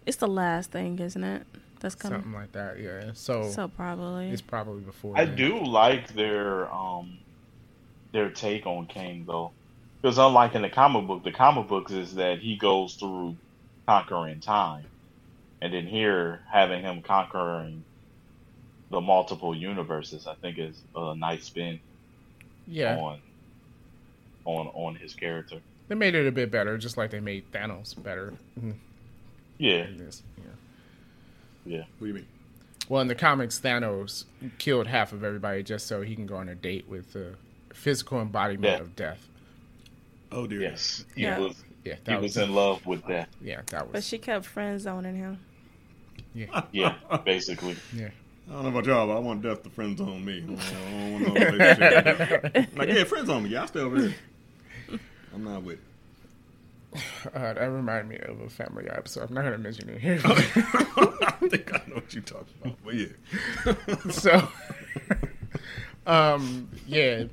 Speaker 2: It's the last thing, isn't it? That's coming.
Speaker 1: Something like that. Yeah. So,
Speaker 2: So probably.
Speaker 1: it's probably before.
Speaker 3: I
Speaker 1: then.
Speaker 3: do like their um their take on Kang though, because unlike in the comic book, the comic books is that he goes through conquering time, and then here having him conquering the multiple universes, I think is a nice spin
Speaker 1: Yeah,
Speaker 3: on on on his character.
Speaker 1: they made it a bit better, just like they made Thanos better. in
Speaker 3: Yeah,
Speaker 1: this. Yeah.
Speaker 3: yeah.
Speaker 4: What do you mean?
Speaker 1: Well, in the comics, Thanos killed half of everybody just so he can go on a date with the physical embodiment
Speaker 3: Yeah.
Speaker 1: of death.
Speaker 4: Oh dear.
Speaker 3: Yes, he
Speaker 2: Yeah.
Speaker 3: was
Speaker 1: Yeah,
Speaker 3: he
Speaker 1: that
Speaker 3: was
Speaker 1: was,
Speaker 3: in love with that.
Speaker 1: yeah, that
Speaker 2: But
Speaker 1: was
Speaker 2: she kept friend zoning him.
Speaker 3: Yeah, basically.
Speaker 1: yeah.
Speaker 4: I don't know about y'all, but I want death to friends on me. I don't- I don't want no relationship with y'all. I'm like, yeah, friends on me. Y'all stay over there. I'm not with it.
Speaker 1: Uh, that reminded me of a Family Guy episode. I'm not gonna mention it here.
Speaker 4: I think I know what you're talking about. But yeah.
Speaker 1: so, um, yeah.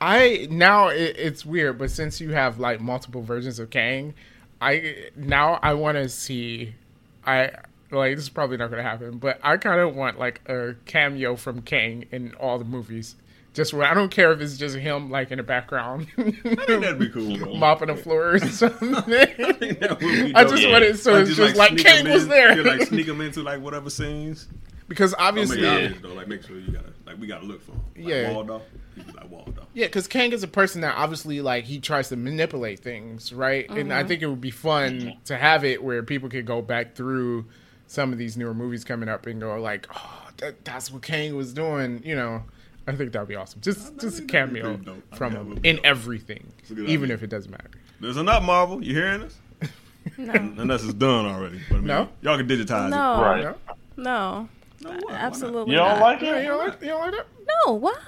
Speaker 1: I now it, it's weird, but since you have like multiple versions of Kang, I now I want to see. I like this is probably not going to happen, but I kind of want like a cameo from Kang in all the movies. Just where I don't care if it's just him like in the background
Speaker 4: I think that'd be cool. Though.
Speaker 1: mopping the floor or something. I
Speaker 4: think that would be dope.
Speaker 1: just
Speaker 3: Yeah.
Speaker 1: want it so it's just like,
Speaker 4: sneak 'em
Speaker 1: Kang was
Speaker 4: in-
Speaker 1: there
Speaker 4: You like sneak them into like whatever scenes.
Speaker 1: because
Speaker 4: Don't make
Speaker 1: obviously.
Speaker 4: yeah. though. Like make sure you gotta like we gotta look for 'em. Like
Speaker 1: Yeah.
Speaker 4: Waldo. You be like Waldo.
Speaker 1: Yeah, because Kang is a person that obviously like he tries to manipulate things, right? And I think it would be fun to have it where people could go back through some of these newer movies coming up and go like, "Oh, that, that's what Kang was doing," you know. I think that would be awesome. Just
Speaker 4: I
Speaker 1: just a
Speaker 4: think that'd be
Speaker 1: cameo
Speaker 4: pretty dope. I
Speaker 1: from
Speaker 4: think that
Speaker 1: him
Speaker 4: would be
Speaker 1: in
Speaker 4: dope.
Speaker 1: everything,
Speaker 4: a good
Speaker 1: even
Speaker 4: idea.
Speaker 1: if it doesn't matter.
Speaker 4: Listen up, Marvel. You hearing us?
Speaker 2: No.
Speaker 4: Unless it's done already. But I mean,
Speaker 1: No.
Speaker 4: Y'all can digitize it.
Speaker 2: No.
Speaker 3: Right.
Speaker 1: No,
Speaker 2: No.
Speaker 4: No. Why- why not?
Speaker 2: Absolutely.
Speaker 3: You don't
Speaker 2: not.
Speaker 3: like
Speaker 1: yeah, you
Speaker 3: it?
Speaker 1: don't like you don't like that?
Speaker 2: No, why?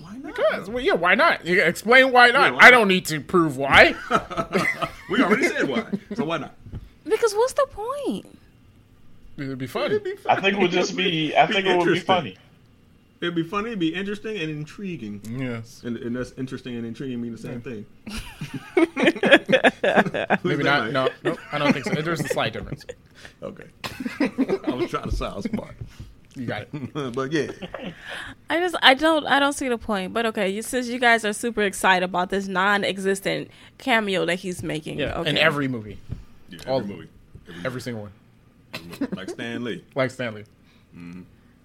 Speaker 4: Why not?
Speaker 1: Because well, yeah, why not? You explain why not.
Speaker 4: why
Speaker 1: I
Speaker 4: not?
Speaker 1: don't need to prove why.
Speaker 4: we already said why. So why not?
Speaker 2: Because what's the point?
Speaker 1: It'd be funny.
Speaker 3: I think it would just be. I think it would be
Speaker 4: interesting.
Speaker 3: funny.
Speaker 4: It'd be funny. It'd be interesting and intriguing.
Speaker 1: Yes,
Speaker 4: And, and that's interesting and intriguing mean the same thing.
Speaker 1: maybe not. No, no, I don't think so. There's a slight difference.
Speaker 4: Okay. I was trying to sound smart,
Speaker 1: You got it.
Speaker 4: but yeah,
Speaker 2: I just I don't I don't see the point. But okay, you, since you guys are super excited about this non-existent cameo that he's making,
Speaker 1: Yeah,
Speaker 2: okay.
Speaker 1: in every movie,
Speaker 4: yeah
Speaker 1: All
Speaker 4: every
Speaker 1: of
Speaker 4: movie,
Speaker 1: every single one,
Speaker 4: every movie. like Stan Lee.
Speaker 1: like Stanley.
Speaker 3: Mm-hmm.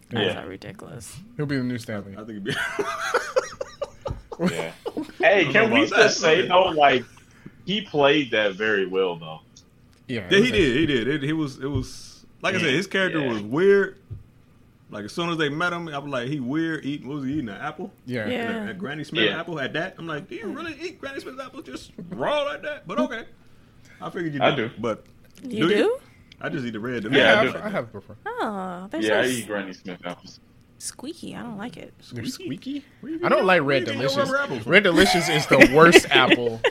Speaker 2: that's
Speaker 3: Yeah.
Speaker 2: not ridiculous.
Speaker 1: He'll be the new Stanley.
Speaker 4: I think it'd be.
Speaker 3: Yeah. Hey, can we
Speaker 4: about that.
Speaker 3: just say though, like he played that very well though.
Speaker 1: Yeah,
Speaker 4: yeah, he did. He did. It, he was. It was like I said. His character
Speaker 3: Yeah.
Speaker 4: was weird. Like as soon as they met him, I was like, he weird. Eating what was he eating? An apple.
Speaker 1: Yeah,
Speaker 2: Yeah.
Speaker 4: A, a Granny Smith
Speaker 3: Yeah.
Speaker 4: apple at that. I'm like, do you really eat Granny Smith apple just raw like that? But okay, I figured you.
Speaker 3: I
Speaker 4: did.
Speaker 3: do.
Speaker 4: But
Speaker 2: You do?
Speaker 4: you? I just either read the
Speaker 3: Yeah,
Speaker 1: I,
Speaker 3: I
Speaker 1: have,
Speaker 3: do.
Speaker 1: I have a preference.
Speaker 2: Oh, they're
Speaker 3: Yeah, I
Speaker 2: so
Speaker 3: eat Granny Smith apples.
Speaker 2: squeaky. I don't like it.
Speaker 1: They're squeaky. I don't like Red
Speaker 4: Where you get
Speaker 1: Delicious.
Speaker 4: your rubber apples from?
Speaker 1: Red Delicious is the worst apple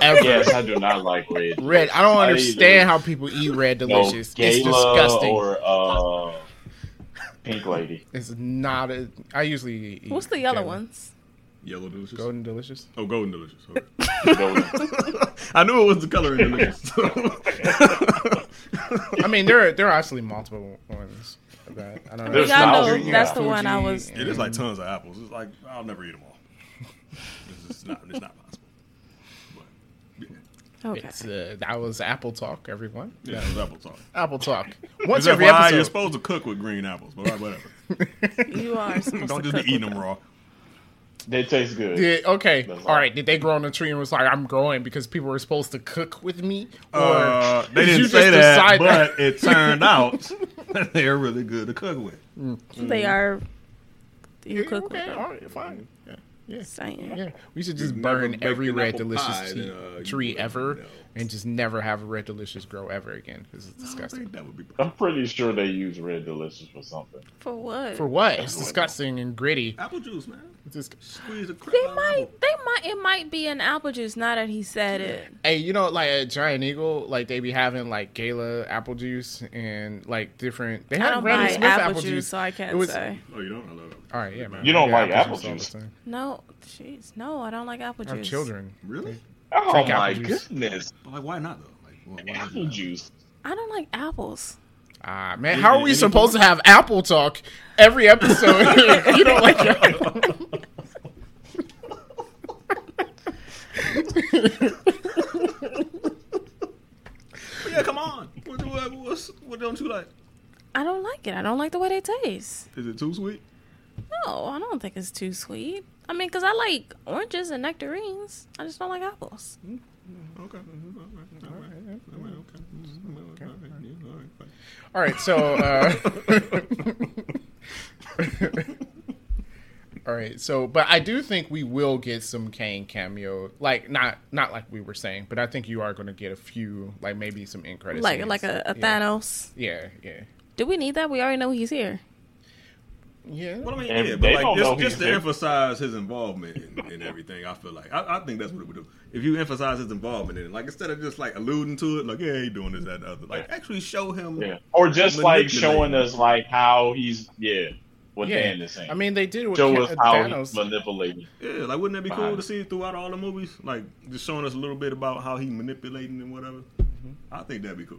Speaker 1: ever.
Speaker 3: Yes, I do not like red.
Speaker 1: Red. I don't
Speaker 3: I either.
Speaker 1: understand how people eat Red
Speaker 3: No,
Speaker 1: Delicious. it's
Speaker 3: Gala
Speaker 1: disgusting.
Speaker 3: or uh, Pink Lady.
Speaker 1: It's not a. I usually eat.
Speaker 2: What's the yellow
Speaker 1: Gala.
Speaker 2: ones?
Speaker 4: Yellow delicious.
Speaker 1: Golden Delicious.
Speaker 4: Oh, golden delicious. Okay.
Speaker 3: Golden.
Speaker 4: I knew it was the color in delicious.
Speaker 1: I mean, there are, there are actually multiple ones. of that. I don't know.
Speaker 3: There's
Speaker 2: Yeah, I know.
Speaker 3: Snout.
Speaker 2: That's the
Speaker 1: Fuji
Speaker 2: one I was.
Speaker 4: it is
Speaker 1: and-
Speaker 4: like tons of apples. It's like I'll never eat them all. It's just not. It's not possible. But, yeah,
Speaker 2: Okay.
Speaker 1: It's, uh, that was Apple Talk, everyone.
Speaker 4: yeah, it's apple talk.
Speaker 1: Apple Talk. Once
Speaker 4: That's
Speaker 1: every
Speaker 4: why you're
Speaker 1: episode.
Speaker 4: supposed to cook with green apples, but all right, whatever.
Speaker 2: You are. supposed
Speaker 4: Don't
Speaker 2: to
Speaker 4: just be
Speaker 2: cook
Speaker 1: E
Speaker 4: eating
Speaker 2: with
Speaker 4: them raw.
Speaker 3: They taste good.
Speaker 1: Did, okay,
Speaker 3: That's
Speaker 1: all right. Did they grow on a tree and was like, "I'm growing because people were supposed to cook with me"? Or
Speaker 4: Uh, they
Speaker 1: did you
Speaker 4: didn't
Speaker 1: just
Speaker 4: say that,
Speaker 1: decide
Speaker 4: but it turned out that they're really good to cook with.
Speaker 2: They are. You
Speaker 1: Mm. Yeah,
Speaker 2: cook with
Speaker 1: okay,
Speaker 2: them.
Speaker 1: all right, fine. Yeah, yeah,
Speaker 2: Same.
Speaker 1: yeah. We should
Speaker 4: You'd
Speaker 1: just
Speaker 4: never
Speaker 1: burn
Speaker 4: bake
Speaker 1: every
Speaker 4: an
Speaker 1: red
Speaker 4: apple
Speaker 1: delicious
Speaker 4: pie,
Speaker 1: tea-
Speaker 4: then, uh, you
Speaker 1: tree
Speaker 4: wouldn't
Speaker 1: ever,
Speaker 4: know.
Speaker 1: and just never have a red delicious grow ever again because it's
Speaker 4: I don't
Speaker 1: disgusting. Uh-huh.
Speaker 4: think that would be.
Speaker 3: I'm pretty sure they use Red Delicious for something.
Speaker 2: For what?
Speaker 1: For what? It's disgusting and gritty.
Speaker 4: Apple juice, man.
Speaker 1: It's just-
Speaker 4: Squeeze the crap
Speaker 2: They
Speaker 4: out of
Speaker 2: might.
Speaker 4: apple.
Speaker 2: They might. It might be an apple juice. Now that he said it.
Speaker 1: Hey, you know, like at Giant Eagle, like they be having like gala apple juice and like different. They
Speaker 2: I
Speaker 1: have
Speaker 2: don't
Speaker 1: Granny
Speaker 2: buy
Speaker 1: Smith
Speaker 2: apple, juice, so I can't
Speaker 1: It was-
Speaker 2: say.
Speaker 4: Oh, you don't? I love apple.
Speaker 1: All right, yeah, man.
Speaker 3: You don't
Speaker 1: Yeah,
Speaker 3: like apple
Speaker 1: all the
Speaker 3: juice?
Speaker 1: time.
Speaker 2: No, jeez, no, I don't like apple
Speaker 1: Our
Speaker 2: juice.
Speaker 1: children.
Speaker 4: Really?
Speaker 3: Oh
Speaker 1: Drink
Speaker 3: my
Speaker 1: apple juice.
Speaker 3: goodness,
Speaker 4: But like, why not though? Like, well, why not?
Speaker 3: apple juice.
Speaker 2: I don't like apples.
Speaker 1: Ah, man, how are we
Speaker 4: Any-
Speaker 1: supposed to have apple talk every episode? you don't like apple.
Speaker 4: Well, yeah, come on. What, what, what's, what don't you like?
Speaker 2: I don't like it. I don't like the way they taste.
Speaker 4: Is it too sweet?
Speaker 2: No, I don't think it's too sweet. I mean, cause I like oranges and nectarines. I just don't like apples.
Speaker 4: Okay. All right. Mm-hmm. All right. All right. Okay. Mm-hmm. Okay. All right. Yeah, all right. Fine.
Speaker 1: All right, so. Uh, all right, so but I do think we will get some Kane cameo, like not not like we were saying, but I think you are going to get a few, like maybe some in credits,
Speaker 2: Like
Speaker 1: scenes.
Speaker 2: like a, a
Speaker 1: yeah.
Speaker 2: Thanos.
Speaker 1: Yeah, yeah,
Speaker 2: Do we need that? We already know he's here.
Speaker 1: yeah.
Speaker 4: Well, I mean,
Speaker 3: And
Speaker 4: yeah,
Speaker 3: they
Speaker 4: but like
Speaker 3: don't know
Speaker 4: just,
Speaker 3: who
Speaker 4: just
Speaker 3: you
Speaker 4: to
Speaker 3: pick.
Speaker 4: emphasize his involvement in, in everything, I feel like I, I think that's what it would do. If you emphasize his involvement in it, like instead of just like alluding to it, like yeah, he doing this, that, and the other, like actually show him.
Speaker 3: Yeah, or just like
Speaker 4: Manipulating.
Speaker 3: showing us like how he's yeah what
Speaker 1: yeah.
Speaker 3: Dan is saying.
Speaker 1: I mean, they did it with
Speaker 3: show
Speaker 1: Ca-
Speaker 3: us how
Speaker 1: Thanos.
Speaker 3: he's manipulating.
Speaker 4: Yeah, like wouldn't that be cool
Speaker 3: Fine.
Speaker 4: to see throughout all the movies? Like just showing us a little bit about how he manipulating and whatever. I think that'd be cool.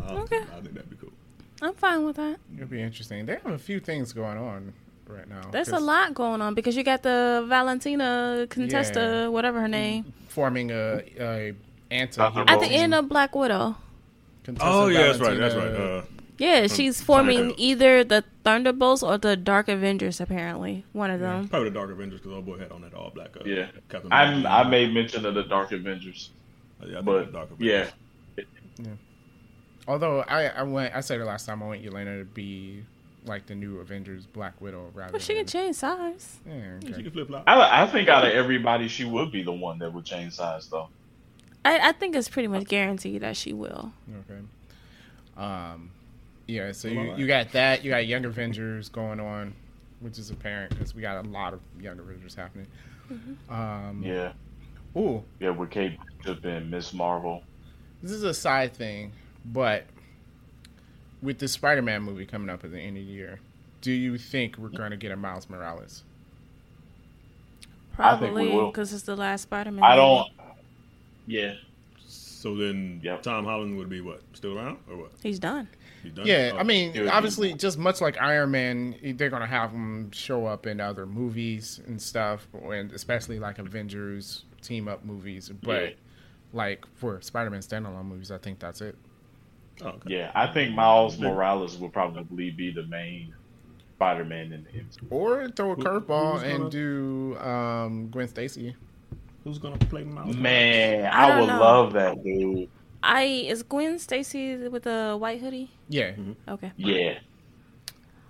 Speaker 4: I,
Speaker 2: Okay.
Speaker 4: I think that'd be cool.
Speaker 2: I'm fine with that.
Speaker 1: It'll be interesting. They have a few things going on right now.
Speaker 2: There's a
Speaker 1: 'cause
Speaker 2: lot going on because you got the Valentina Contesta,
Speaker 1: Yeah. Mm.
Speaker 2: whatever her name,
Speaker 1: forming a, a anti.
Speaker 2: at
Speaker 3: Well,
Speaker 2: the end of Oh, Black Widow.
Speaker 4: Oh,
Speaker 2: uh.
Speaker 4: Uh,
Speaker 2: Yeah, she's forming
Speaker 4: Thunderbolt.
Speaker 2: either the Thunderbolts or the Dark Avengers. Apparently, one of them.
Speaker 4: Probably the Dark Avengers because old boy had on that all black. Uh,
Speaker 3: Yeah,
Speaker 4: Captain
Speaker 3: I
Speaker 4: America.
Speaker 3: I made mention of the Dark Avengers,
Speaker 4: Yeah, I think
Speaker 3: but
Speaker 4: the Dark Avengers.
Speaker 3: yeah,
Speaker 1: Although I, I went, I said it last time. I want Yelena to be like the new Avengers, Black Widow, rather.
Speaker 2: Well, she can
Speaker 1: than,
Speaker 2: change size.
Speaker 1: yeah,
Speaker 4: Yeah, she
Speaker 1: okay.
Speaker 4: can flip flop.
Speaker 3: I I think out of everybody, she would be the one that would change size though.
Speaker 2: I, I think it's pretty much guaranteed that she will.
Speaker 1: okay. Um, yeah. So
Speaker 4: Well,
Speaker 1: you,
Speaker 4: alright.
Speaker 1: you got that. You got Young Avengers going on, which is apparent because we got a lot of Young Avengers happening.
Speaker 2: Mm-hmm.
Speaker 1: Um,
Speaker 3: Yeah,
Speaker 1: Ooh,
Speaker 3: yeah, with Kate Bishop and Miss Marvel.
Speaker 1: this is a side thing, but with the Spider-Man movie coming up at the end of the year, do you think we're going to get a Miles Morales?
Speaker 3: I think we
Speaker 2: Probably
Speaker 3: will.
Speaker 2: because it's the last Spider-Man.
Speaker 3: I don't. Yeah,
Speaker 4: So then
Speaker 3: Yep.
Speaker 4: Tom Holland would be what? Still around or what?
Speaker 2: He's done.
Speaker 4: He done?
Speaker 1: Yeah, I
Speaker 3: it
Speaker 4: Oh.
Speaker 3: would
Speaker 1: mean,
Speaker 3: be-
Speaker 1: obviously, just much like Iron Man, they're gonna have him show up in other movies and stuff, and especially like Avengers team up movies. But
Speaker 3: Yeah.
Speaker 1: like for Spider Man standalone movies, I think that's it.
Speaker 4: Oh, okay.
Speaker 3: yeah, I think
Speaker 2: Mm-hmm.
Speaker 3: Miles Morales will probably be the main Spider-Man in the MCU.
Speaker 1: Or throw a
Speaker 4: Who-
Speaker 1: curveball
Speaker 4: who's gonna-
Speaker 1: and do um, Gwen Stacy.
Speaker 4: Who's gonna play Miles?
Speaker 3: Man,
Speaker 2: I
Speaker 3: I,
Speaker 2: don't
Speaker 3: would
Speaker 2: know.
Speaker 3: love that dude.
Speaker 2: I is Gwen Stacy with the white hoodie.
Speaker 1: Yeah,
Speaker 2: Okay,
Speaker 3: Yeah,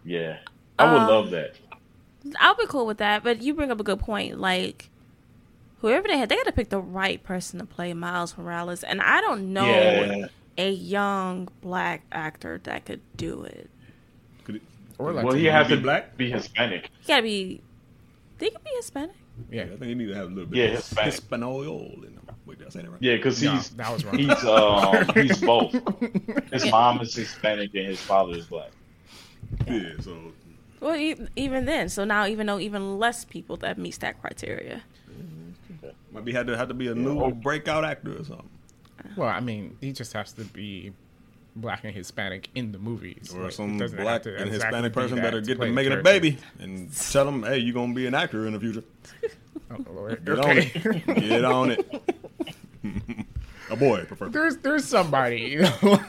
Speaker 3: yeah, I would
Speaker 2: Um,
Speaker 3: love that.
Speaker 2: I'll be cool with that. But you bring up a good point. Like whoever they had, they got to pick the right person to play Miles Morales, and I don't know
Speaker 3: Yeah,
Speaker 2: a young black actor that could do it.
Speaker 4: Could it,
Speaker 1: Or like
Speaker 3: Well, he has
Speaker 4: be
Speaker 3: to
Speaker 4: black?
Speaker 3: be Hispanic.
Speaker 2: He gotta be. They could be Hispanic.
Speaker 4: yeah,
Speaker 1: yeah.
Speaker 4: I think he need to have a little bit.
Speaker 3: Yeah,
Speaker 4: of
Speaker 3: Hispanic.
Speaker 4: Hispanol in him. Wait, did I say that right?
Speaker 3: Yeah, because
Speaker 1: No,
Speaker 3: he's
Speaker 1: that was wrong.
Speaker 3: he's um he's both. His mom is Hispanic and his father is black.
Speaker 4: Yeah, so
Speaker 2: Well, e- even then, so now even though even less people that meets that criteria.
Speaker 4: might be had to have to be a new
Speaker 3: oh.
Speaker 4: breakout actor or something.
Speaker 1: Well, I mean, he just has to be black and Hispanic in the movies.
Speaker 4: Or
Speaker 1: Like,
Speaker 4: some
Speaker 1: it doesn't have
Speaker 4: black
Speaker 1: to
Speaker 4: and
Speaker 1: exactly
Speaker 4: Hispanic
Speaker 1: be
Speaker 4: person
Speaker 1: that
Speaker 4: better
Speaker 1: to
Speaker 4: get
Speaker 1: play
Speaker 4: to
Speaker 1: the
Speaker 4: making a
Speaker 1: character.
Speaker 4: baby and tell them, hey, you're gonna be an actor in the future.
Speaker 1: Oh, Lord.
Speaker 4: Get on
Speaker 1: Okay.
Speaker 4: it. Get on it. a boy, prefer.
Speaker 1: there's there's somebody. You know?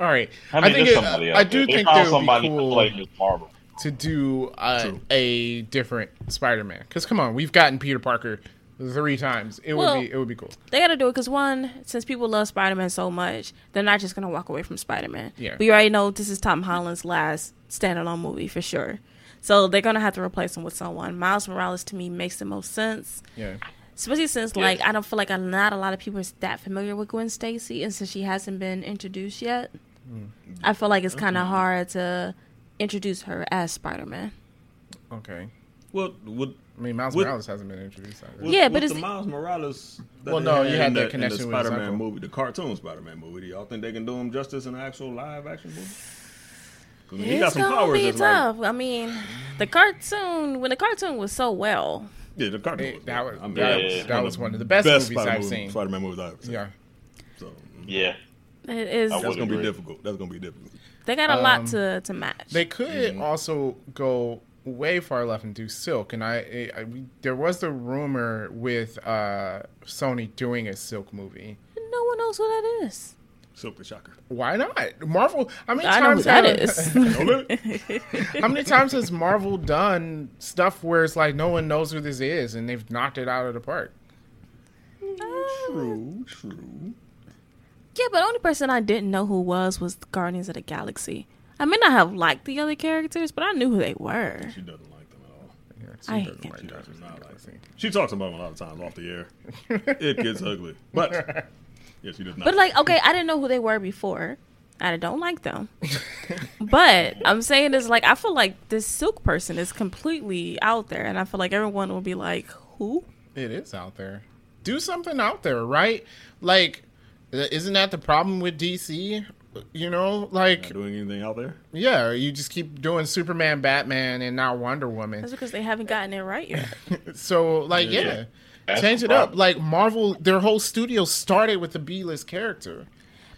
Speaker 1: All right,
Speaker 3: I mean,
Speaker 1: it-
Speaker 3: there's somebody. out
Speaker 1: I
Speaker 3: there.
Speaker 1: do
Speaker 3: they
Speaker 1: think
Speaker 3: found
Speaker 1: that would
Speaker 3: somebody
Speaker 1: be cool
Speaker 3: to play Miss Marvel.
Speaker 1: to do uh,
Speaker 4: True.
Speaker 1: a different Spider-Man. Because come on, we've gotten Peter Parker three times. It
Speaker 2: Well-
Speaker 1: would be it would be cool.
Speaker 2: They gotta do it because one, since people love Spider Man so much, they're not just gonna walk away from Spider Man.
Speaker 1: Yeah.
Speaker 2: We already know this is Tom Holland's last standalone movie for sure. So they're gonna have to replace him with someone. Miles Morales to me makes the most sense,
Speaker 1: Yeah,
Speaker 2: especially since
Speaker 3: Yeah.
Speaker 2: like I don't feel like a, not a lot of people is that familiar with Gwen Stacy, and since she hasn't been introduced yet,
Speaker 4: Mm.
Speaker 2: I feel like it's kind of hard to introduce her as Spider Man.
Speaker 1: okay.
Speaker 4: Well, would
Speaker 1: I mean, Miles
Speaker 4: With-
Speaker 1: Morales hasn't been introduced. either.
Speaker 4: With,
Speaker 2: Yeah, but
Speaker 4: with
Speaker 2: it's-
Speaker 4: the Miles Morales. that
Speaker 1: Well,
Speaker 4: they
Speaker 1: no, you had
Speaker 4: in
Speaker 1: that
Speaker 4: the,
Speaker 1: connection
Speaker 4: in
Speaker 1: with
Speaker 4: the
Speaker 1: his
Speaker 4: Spider-Man
Speaker 1: uncle.
Speaker 4: movie, the cartoon Spider-Man movie. Do y'all think they can do him justice in an actual live action movie? 'Cause when he got
Speaker 2: it's
Speaker 4: some
Speaker 2: gonna
Speaker 4: powers.
Speaker 2: be
Speaker 4: that's like-
Speaker 2: tough. I mean, the cartoon when the cartoon was so well,
Speaker 4: yeah, the cartoon.
Speaker 1: It-
Speaker 4: was-
Speaker 1: that was-
Speaker 4: I mean,
Speaker 1: that
Speaker 3: was- that
Speaker 1: was one of the best movies
Speaker 4: Spider-Man
Speaker 1: I've seen.
Speaker 4: Spider-Man movies I've seen.
Speaker 1: Yeah,
Speaker 4: So mm,
Speaker 3: Yeah,
Speaker 2: it is.
Speaker 3: I
Speaker 4: that's gonna be
Speaker 3: agree.
Speaker 4: difficult. That's gonna be difficult.
Speaker 2: They got a lot to to match.
Speaker 1: they could
Speaker 2: Mm-hmm.
Speaker 1: also go way far left and do Silk. And I, I we, there was the rumor with uh, Sony doing a Silk movie.
Speaker 2: no one knows who that is.
Speaker 4: Silk the Shocker.
Speaker 1: Why not? Marvel. How many
Speaker 2: I know who
Speaker 1: times
Speaker 2: that
Speaker 1: have-
Speaker 2: is.
Speaker 1: How many times has Marvel done stuff where it's like no one knows who this is and they've knocked it out of the park?
Speaker 4: True, true.
Speaker 2: yeah, but the only person I didn't know who was was Guardians of the Galaxy. I may not have liked the other characters, but I knew who they were.
Speaker 4: She doesn't like them at all.
Speaker 1: Yeah,
Speaker 2: I hate
Speaker 1: doesn't
Speaker 2: that.
Speaker 1: like
Speaker 4: She does
Speaker 1: Guardians of
Speaker 4: not
Speaker 1: the
Speaker 4: like
Speaker 1: Galaxy.
Speaker 4: She talks about them a lot of times off the air. It gets ugly, but yeah, she does not.
Speaker 2: But like, okay, I didn't know who they were before. I don't like them. but I'm saying is like I feel like this silk person is completely out there and I feel like everyone will be like, Who?
Speaker 1: It is out there. Do something out there, right? Like, uh, isn't that the problem with DC? You know, like,
Speaker 4: Not doing anything out there.
Speaker 1: yeah, you just keep doing Superman, Batman, and now Wonder Woman.
Speaker 2: That's because they haven't gotten it right yet.
Speaker 1: So, like,
Speaker 4: Yeah.
Speaker 1: yeah,
Speaker 3: That's
Speaker 1: change
Speaker 3: the
Speaker 1: it up.
Speaker 3: problem.
Speaker 1: Like, Marvel, their whole studio started with a B list character.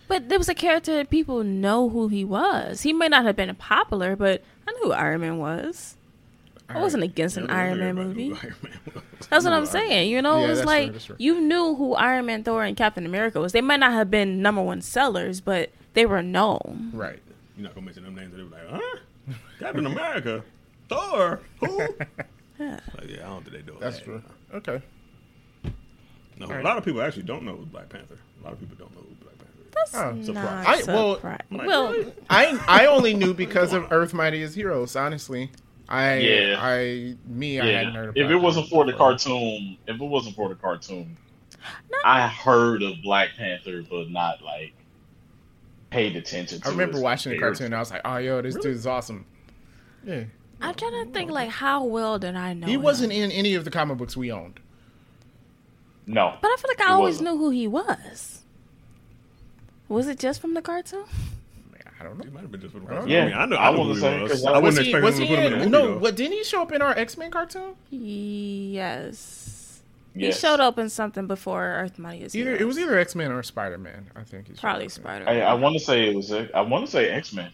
Speaker 2: But there was a character that people know who he was. He may not have been popular, but I knew who Iron Man was. I wasn't against an
Speaker 4: Yeah,
Speaker 2: Iron Man
Speaker 4: everybody
Speaker 2: movie.
Speaker 4: knows Iron Man was.
Speaker 2: That's what
Speaker 4: No,
Speaker 2: I'm
Speaker 4: I-
Speaker 2: saying. You know,
Speaker 1: Yeah,
Speaker 2: it's
Speaker 1: that's
Speaker 2: like
Speaker 1: true, that's true.
Speaker 2: you knew who Iron Man, Thor, and Captain America was. They might not have been number one sellers, but they were known.
Speaker 1: Right.
Speaker 4: You're not gonna mention them names. They were like, huh? Captain America, Thor, who? Like, yeah, I don't think they do
Speaker 1: That's
Speaker 4: that.
Speaker 1: true. Okay.
Speaker 4: No, a lot of people actually don't know who Black Panther. A lot of people don't know who Black Panther. is.
Speaker 2: That's
Speaker 1: Oh,
Speaker 2: not
Speaker 1: I-
Speaker 2: surprising.
Speaker 1: well,
Speaker 4: like,
Speaker 2: well,
Speaker 4: really?
Speaker 1: I I only knew because of Earth Mightiest Heroes. Honestly, I
Speaker 3: Yeah.
Speaker 1: I me I hadn't
Speaker 3: yeah.
Speaker 1: heard. Of
Speaker 3: If
Speaker 1: Black
Speaker 3: it wasn't for the
Speaker 1: before.
Speaker 3: cartoon, if it wasn't for the cartoon, I heard of Black Panther, but not like paid attention. to
Speaker 1: I remember
Speaker 3: his
Speaker 1: watching the
Speaker 3: character.
Speaker 1: cartoon. and I was like, oh yo, this
Speaker 4: Really?
Speaker 1: dude's awesome. Yeah,
Speaker 2: I'm trying to think like how well did I know?
Speaker 1: he
Speaker 2: him?
Speaker 1: wasn't in any of the comic books we owned.
Speaker 3: No,
Speaker 2: But I feel like I
Speaker 3: He
Speaker 2: always
Speaker 3: wasn't.
Speaker 2: knew who he was. Was it just from the cartoon?
Speaker 1: I don't know.
Speaker 4: It might have been just for the
Speaker 1: don't
Speaker 4: cartoon.
Speaker 1: know.
Speaker 4: I mean, I know.
Speaker 3: Yeah,
Speaker 4: I,
Speaker 3: I
Speaker 4: know
Speaker 3: wasn't
Speaker 4: who
Speaker 3: saying,
Speaker 4: he was.
Speaker 3: 'cause
Speaker 4: I
Speaker 3: I
Speaker 4: wouldn't
Speaker 1: was he,
Speaker 4: expect
Speaker 1: was
Speaker 4: him to
Speaker 1: he
Speaker 4: put him in
Speaker 1: in,
Speaker 4: a movie.
Speaker 1: no?
Speaker 4: though.
Speaker 1: What didn't he show up in our X Men cartoon?
Speaker 2: Yes.
Speaker 3: Yes.
Speaker 2: He showed up in something before Earth Mighty is
Speaker 1: Either it was either X Men or Spider Man. I think he showed
Speaker 2: probably
Speaker 1: up in.
Speaker 2: Spider.
Speaker 3: I, I want to say it was. A, I want to say X Men.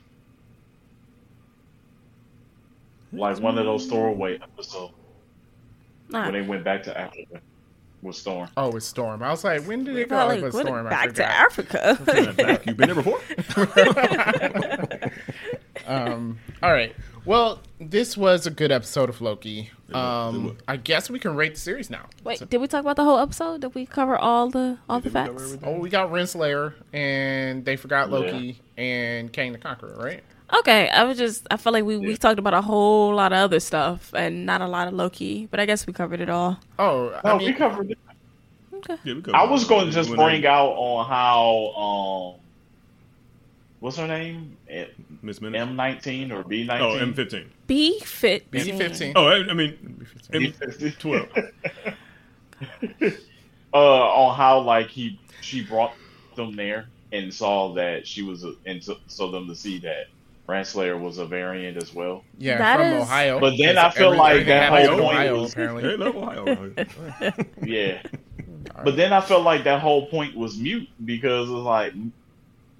Speaker 3: Like one of those throwaway episodes when they went back to Africa with Storm.
Speaker 1: Oh, with Storm. I was like, when did it go
Speaker 2: Probably
Speaker 1: up with
Speaker 2: went
Speaker 1: Storm? I
Speaker 2: back to
Speaker 1: forgot.
Speaker 2: Africa.
Speaker 4: Black, You've been there before.
Speaker 1: um, all right. Well, this was a good episode of Loki.
Speaker 4: was, it
Speaker 1: Um,
Speaker 4: was.
Speaker 1: I guess we can rate the series now.
Speaker 2: Wait,
Speaker 1: So-
Speaker 2: did we talk about the whole episode? Did we cover all the all the
Speaker 4: Did we cover
Speaker 2: facts?
Speaker 4: everything?
Speaker 1: oh, we got Renslayer, and they forgot Loki and Kang the Conqueror, right?
Speaker 2: Okay, I was just I felt like we, we
Speaker 4: Yeah.
Speaker 2: talked about a whole lot of other stuff and not a lot of Loki, but I guess we covered it all.
Speaker 1: Oh, I
Speaker 3: No,
Speaker 1: mean,
Speaker 3: we covered it.
Speaker 2: Okay.
Speaker 4: Yeah, we covered
Speaker 3: I was
Speaker 4: all
Speaker 3: going to
Speaker 4: that.
Speaker 3: just
Speaker 4: We went
Speaker 3: bring
Speaker 4: over
Speaker 3: out on how um, what's her name?
Speaker 4: Miss Minutes.
Speaker 3: M nineteen or B
Speaker 4: Oh,
Speaker 3: nineteen?
Speaker 4: M fifteen.
Speaker 2: B fit.
Speaker 1: B fifteen.
Speaker 4: Oh, I, I mean, M twelve.
Speaker 3: uh, on how like he she brought them there and saw that she was a, and so, so them to see that Ranslayer was a variant as well.
Speaker 1: Yeah,
Speaker 2: That
Speaker 1: from
Speaker 2: is-
Speaker 1: Ohio.
Speaker 3: But then I
Speaker 1: Because
Speaker 3: feel
Speaker 1: every- everything
Speaker 3: like that
Speaker 1: happens
Speaker 4: whole
Speaker 1: in
Speaker 4: point
Speaker 1: Ohio,
Speaker 3: was-
Speaker 4: They love Ohio. around here.
Speaker 3: Yeah. But then I felt like that whole point was mute because it was like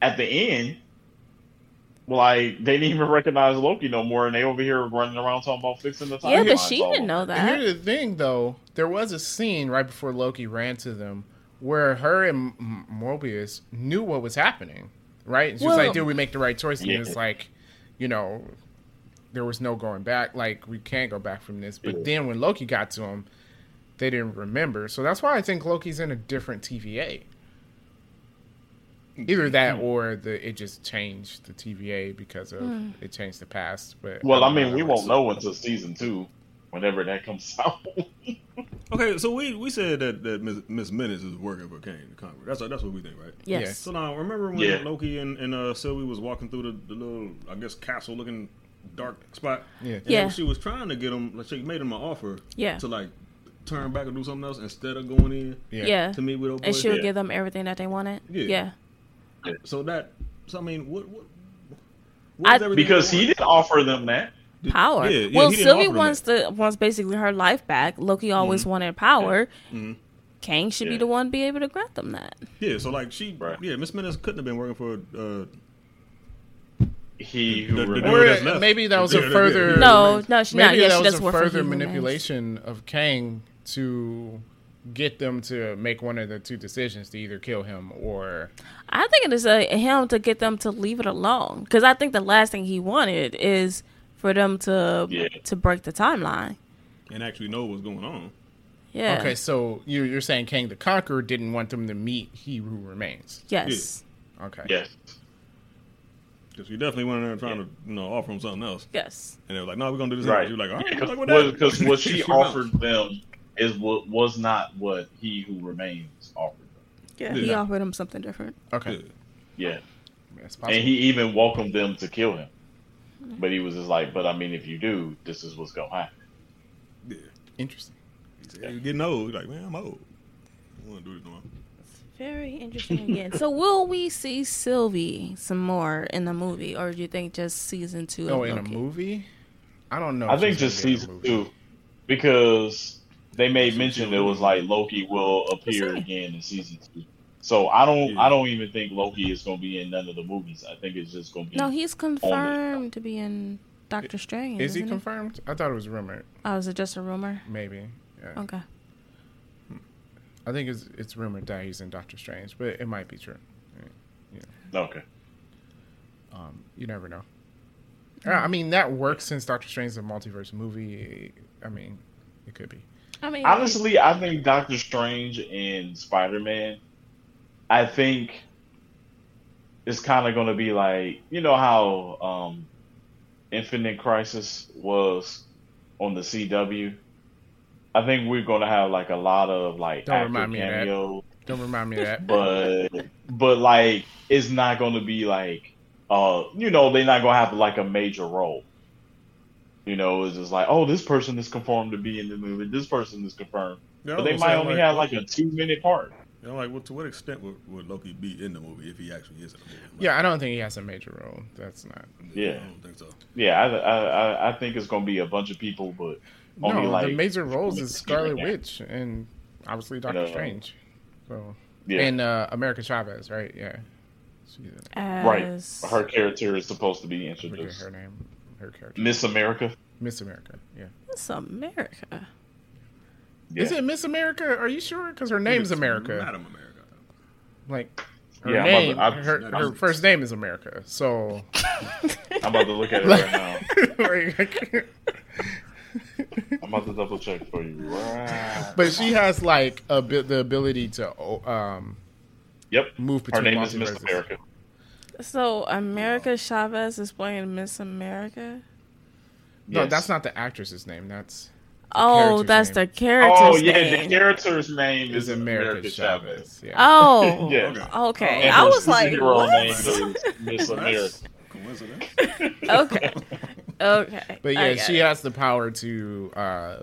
Speaker 3: at the end, like they didn't even recognize Loki no more, and they over here running around talking about fixing the time.
Speaker 2: Yeah, but she didn't know that.
Speaker 1: Here's the thing, though. There was a scene right before Loki ran to them where her and M- Morbius knew what was happening, right? And she was
Speaker 2: Well-
Speaker 1: like, did we make the right choice? And
Speaker 3: Yeah.
Speaker 1: it's like, you know, there was no going back. Like, we can't go back from this. But
Speaker 3: Yeah.
Speaker 1: then when Loki got to him, they didn't remember. So that's why I think Loki's in a different TVA.
Speaker 3: Mm-hmm.
Speaker 1: Either that or the it just changed the TVA because of it changed the past. But
Speaker 3: Well, I
Speaker 1: don't
Speaker 3: mean, we
Speaker 1: how
Speaker 3: won't
Speaker 1: it's-
Speaker 3: know until season two, whenever that comes out.
Speaker 4: okay, so we, we said that, that Miss- Miss Minutes is working for Kane the Conqueror. That's that's what we think, right?
Speaker 2: Yes.
Speaker 4: So now, remember when
Speaker 3: Yeah.
Speaker 4: Loki and, and uh, Sylvie was walking through the, the little, I guess, castle looking dark spot?
Speaker 1: Yeah.
Speaker 4: And
Speaker 2: Yeah.
Speaker 4: She was trying to get him, like, she made him an offer
Speaker 2: Yeah.
Speaker 4: to, like, turn back and do something else instead of going in
Speaker 1: Yeah.
Speaker 2: Yeah.
Speaker 4: to meet with old boy.
Speaker 2: And she'll
Speaker 3: Yeah.
Speaker 2: give them everything that they wanted.
Speaker 4: Yeah.
Speaker 2: Yeah.
Speaker 4: So that, so I mean, what, what,
Speaker 2: I-
Speaker 4: was everything
Speaker 3: because
Speaker 4: that
Speaker 3: he
Speaker 4: was-
Speaker 3: didn't offer them that.
Speaker 2: Power.
Speaker 4: Yeah, yeah,
Speaker 2: well,
Speaker 4: he didn't offer Mm-hmm.
Speaker 2: Sylvie
Speaker 4: them
Speaker 2: wants the wants basically her life back. Loki always wanted power.
Speaker 4: Mm-hmm.
Speaker 2: Kang should
Speaker 3: Yeah.
Speaker 2: be the one to be able to grant them that.
Speaker 4: Yeah, so, like, she,
Speaker 3: Right.
Speaker 4: yeah, Miss Minutes couldn't have been working for, uh,
Speaker 3: He
Speaker 4: The-
Speaker 3: who
Speaker 4: the
Speaker 3: remembered.
Speaker 4: dude that's
Speaker 1: Or
Speaker 4: left.
Speaker 1: maybe that was
Speaker 4: Yeah,
Speaker 1: a
Speaker 4: yeah,
Speaker 1: further
Speaker 4: yeah.
Speaker 2: No, no, she's not.
Speaker 1: maybe
Speaker 2: Yeah,
Speaker 1: that
Speaker 2: she
Speaker 1: was
Speaker 2: does
Speaker 1: a
Speaker 2: work for
Speaker 1: further
Speaker 2: Human
Speaker 1: manipulation of Kang to get them to make one of the two decisions to either kill him or
Speaker 2: I think it is a him to get them to leave it alone because I think the last thing he wanted is for them to
Speaker 3: Yeah.
Speaker 2: to break the timeline.
Speaker 4: and actually know what's going on.
Speaker 2: Yeah.
Speaker 1: okay so you you're saying Kang the Conqueror didn't want them to meet he who remains
Speaker 2: Yes.
Speaker 1: okay
Speaker 3: Yes.
Speaker 4: Because we definitely went in there trying to, you know, offer him something else.
Speaker 2: Yes.
Speaker 4: And they were like, no, we're going to do this.
Speaker 3: Right.
Speaker 4: You're like, all right,
Speaker 3: Because
Speaker 4: like, what that?
Speaker 3: what, she
Speaker 4: Sure enough.
Speaker 3: offered them is what was not what he who remains offered them.
Speaker 2: Yeah.
Speaker 4: Yeah.
Speaker 2: He offered him something different.
Speaker 1: okay
Speaker 4: Yeah.
Speaker 3: Yeah.
Speaker 1: that's
Speaker 3: And
Speaker 1: possible
Speaker 3: he even welcomed them to kill him. But he was just like, but I mean, if you do, this is what's going to happen.
Speaker 4: Yeah.
Speaker 1: interesting
Speaker 4: He said, You're getting old. You're like, man, I'm old. I want to do this no more.
Speaker 2: Very interesting again. so will we see Sylvie some more in the movie, or do you think just season two?
Speaker 1: oh
Speaker 2: of
Speaker 1: in a
Speaker 2: Loki?
Speaker 1: movie I don't know
Speaker 3: I
Speaker 1: if
Speaker 3: think
Speaker 1: she's
Speaker 3: just
Speaker 1: gonna be in a
Speaker 3: season
Speaker 1: movie.
Speaker 3: two, because they made mention it was like Loki will appear
Speaker 2: That's it.
Speaker 3: again in season two. So I don't,
Speaker 4: Yeah.
Speaker 3: I don't even think Loki is going to be in none of the movies. I think it's just going to be.
Speaker 2: No, he's confirmed to be in Doctor Strange.
Speaker 1: is he
Speaker 2: isn't
Speaker 1: confirmed I thought it was rumored
Speaker 2: Oh, is it just a rumor?
Speaker 1: maybe yeah.
Speaker 2: Okay.
Speaker 1: I think it's it's rumored that he's in Doctor Strange but it might be true
Speaker 3: okay.
Speaker 1: Um, you never know. Uh, I mean, that works since Doctor Strange is a multiverse movie. I mean, it could be.
Speaker 2: I mean,
Speaker 3: Honestly, I think Doctor Strange and Spider Man, I think it's kind of going to be like, you know, how um, Infinite Crisis was on the CW? I think we're going to have like a lot of like
Speaker 1: Don't
Speaker 3: actor
Speaker 1: remind me of that.
Speaker 3: cameos,
Speaker 1: Don't remind me of that.
Speaker 3: but but like it's not going to be like uh you know they're not going to have like a major role you know it's just like oh this person is confirmed to be in the movie this person is confirmed
Speaker 4: Yeah, I
Speaker 3: but
Speaker 4: was
Speaker 3: they
Speaker 4: gonna
Speaker 3: might
Speaker 4: say,
Speaker 3: only
Speaker 4: like,
Speaker 3: have like a two minute part
Speaker 4: You know, like, well, to what extent would, would Loki be in the movie if he actually is in the movie? Like,
Speaker 1: yeah, I don't think he has a major role. That's not.
Speaker 4: I
Speaker 3: Yeah.
Speaker 4: don't think so.
Speaker 3: yeah i i I- i think it's going to be a bunch of people but only
Speaker 1: no,
Speaker 3: like
Speaker 1: the major roles is Scarlet
Speaker 3: Yeah.
Speaker 1: Witch and obviously Doctor
Speaker 3: uh,
Speaker 1: Strange. So
Speaker 3: yeah
Speaker 1: and uh, America Chavez, right? Yeah. She's a,
Speaker 3: right
Speaker 2: as-
Speaker 3: her character is supposed to be
Speaker 1: I forget
Speaker 3: introduced
Speaker 1: her name, her character,
Speaker 3: miss america
Speaker 1: Miss America. Yeah.
Speaker 2: Miss America.
Speaker 3: yeah.
Speaker 1: Is it Miss America? Are you sure? Because her name's America.
Speaker 4: Madam America.
Speaker 1: Like her
Speaker 3: Yeah, I'm
Speaker 1: name,
Speaker 3: about to- I-
Speaker 1: her, her first name is America. So.
Speaker 3: i'm about to look at it right now
Speaker 1: Like-
Speaker 3: i'm about to double check for you right
Speaker 1: But she has like a bit the ability to oh, um
Speaker 3: yep
Speaker 1: move
Speaker 3: her
Speaker 1: between
Speaker 3: name is miss
Speaker 1: multiverses.
Speaker 3: america
Speaker 2: So America Chavez is playing Miss America.
Speaker 1: No,
Speaker 3: Yes.
Speaker 1: that's not the actress's name. That's
Speaker 2: Oh,
Speaker 1: Character's
Speaker 2: that's
Speaker 1: name.
Speaker 2: the character.
Speaker 3: Oh yeah, the character's name
Speaker 1: Is
Speaker 3: is
Speaker 1: America,
Speaker 3: America
Speaker 1: Chavez.
Speaker 3: Chavez.
Speaker 1: Yeah.
Speaker 2: Oh,
Speaker 3: Yeah.
Speaker 2: okay.
Speaker 3: And
Speaker 2: I
Speaker 3: her
Speaker 2: was like,
Speaker 3: superhero
Speaker 2: what?
Speaker 3: name is Miss America.
Speaker 4: That's coincidence.
Speaker 2: okay, okay.
Speaker 1: But
Speaker 2: I
Speaker 1: yeah,
Speaker 2: got
Speaker 1: she
Speaker 2: it.
Speaker 1: has the power to uh,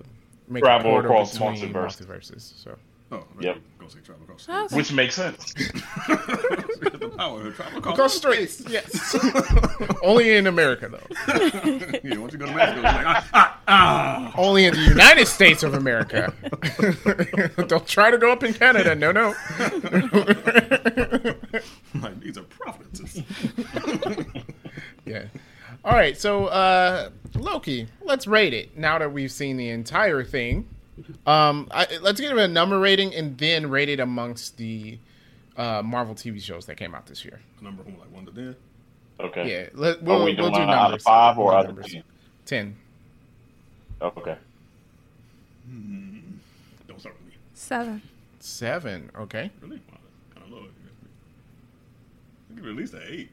Speaker 1: make a
Speaker 3: Travel
Speaker 1: portal
Speaker 3: across
Speaker 1: between
Speaker 3: multiverse.
Speaker 1: multiverses. So
Speaker 4: Oh, right.
Speaker 3: Yep.
Speaker 4: Gonna say travel across.
Speaker 2: Huh?
Speaker 3: Which makes sense.
Speaker 4: the the power to travel across.
Speaker 1: across straits, yes. Only in America, though.
Speaker 4: yeah, once you go to Mexico, it's like ah ah ah.
Speaker 1: Only in the United States of America. Don't try to go up in Canada. No, no.
Speaker 4: I'm like these are provinces.
Speaker 1: yeah. All right. So uh, Loki, let's rate it. Now that we've seen the entire thing, um, I, let's give it a number rating and then rate it amongst the uh, Marvel TV shows that came out this year.
Speaker 4: Number one, like one to ten.
Speaker 3: Okay.
Speaker 1: Yeah, let,
Speaker 3: Are
Speaker 1: we'll,
Speaker 3: we
Speaker 1: we'll
Speaker 3: doing
Speaker 1: do numbers.
Speaker 3: out of five or
Speaker 1: We'll do
Speaker 3: out of
Speaker 1: numbers. Mm-hmm.
Speaker 3: ten?
Speaker 1: Ten.
Speaker 3: Okay.
Speaker 4: Don't start with me.
Speaker 2: seven.
Speaker 1: Seven. Okay.
Speaker 4: Really? Wow, kind of low. You give it at least an eight.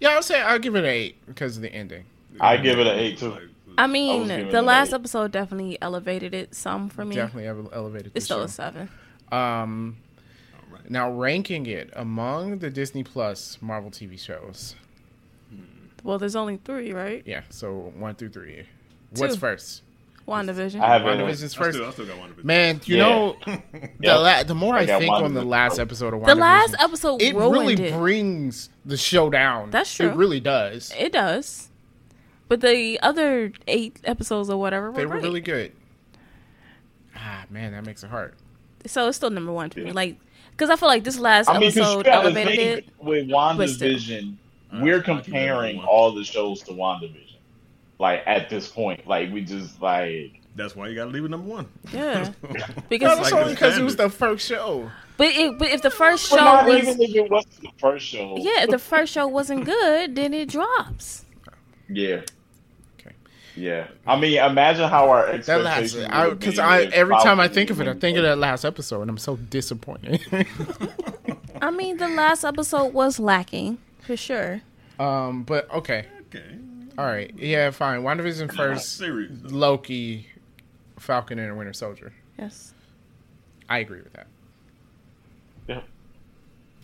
Speaker 1: Yeah, I'll say I'll give it an eight because of the ending.
Speaker 3: I give it an eight too.
Speaker 2: I
Speaker 3: I was
Speaker 2: mean,
Speaker 3: giving it
Speaker 2: the
Speaker 3: an
Speaker 2: last
Speaker 3: eight.
Speaker 2: episode definitely elevated it some for me.
Speaker 1: Definitely ele- elevated.
Speaker 2: It's
Speaker 1: It's
Speaker 2: still a seven.
Speaker 1: Um,
Speaker 4: All right.
Speaker 1: now ranking it among the Disney Plus Marvel TV shows.
Speaker 2: Well, there's only three, right?
Speaker 1: Yeah, so one through three. What's
Speaker 2: Two.
Speaker 1: first?
Speaker 2: WandaVision.
Speaker 3: I haven't.
Speaker 1: Wandavision's
Speaker 4: I
Speaker 1: first.
Speaker 4: still, I still got one of it.
Speaker 1: Man, you
Speaker 3: Yeah.
Speaker 1: know, the,
Speaker 3: Yep.
Speaker 1: la- the more I,
Speaker 3: got
Speaker 1: think on the
Speaker 3: WandaVision.
Speaker 1: last episode of WandaVision,
Speaker 2: the last episode
Speaker 1: it
Speaker 2: ruined
Speaker 1: really
Speaker 2: it.
Speaker 1: brings the show down.
Speaker 2: That's
Speaker 1: It
Speaker 2: true.
Speaker 1: really does.
Speaker 2: it does. But the other eight episodes or whatever were,
Speaker 1: they were
Speaker 2: great.
Speaker 1: really good. Ah, man, that makes it hard.
Speaker 2: So it's still number one for me.
Speaker 3: Yeah.
Speaker 2: Like, because I feel like this last
Speaker 3: I mean, 'cause you
Speaker 2: episode
Speaker 3: gotta
Speaker 2: elevated it.
Speaker 3: think with
Speaker 2: still.
Speaker 3: WandaVision,
Speaker 1: Uh,
Speaker 3: we're comparing all the shows to WandaVision. Like at this point, like we just like
Speaker 4: That's why you got to leave it number one.
Speaker 2: Yeah.
Speaker 1: No,
Speaker 2: Because,
Speaker 1: that's
Speaker 4: like
Speaker 1: only
Speaker 4: the
Speaker 1: because it was the
Speaker 4: standard.
Speaker 1: first show.
Speaker 2: but, it, but if the first show
Speaker 3: But not
Speaker 2: was
Speaker 3: even if it was the first show.
Speaker 2: yeah, if the first show wasn't good, then it drops.
Speaker 3: Yeah.
Speaker 1: Okay.
Speaker 3: Yeah. I mean, imagine how our
Speaker 1: That last,
Speaker 3: expectations. would
Speaker 1: because
Speaker 3: be
Speaker 1: I,
Speaker 3: if
Speaker 1: every time I
Speaker 3: Falcon
Speaker 1: think of it, I
Speaker 3: went-
Speaker 1: think of that last episode, and I'm so disappointed.
Speaker 2: I mean, the last episode was lacking for sure.
Speaker 1: um, but okay,
Speaker 4: Okay.
Speaker 1: all right, yeah, fine. WandaVision first,
Speaker 4: Serious.
Speaker 1: Loki, Falcon, and Winter Soldier.
Speaker 2: Yes.
Speaker 1: I agree with that.
Speaker 3: Yeah.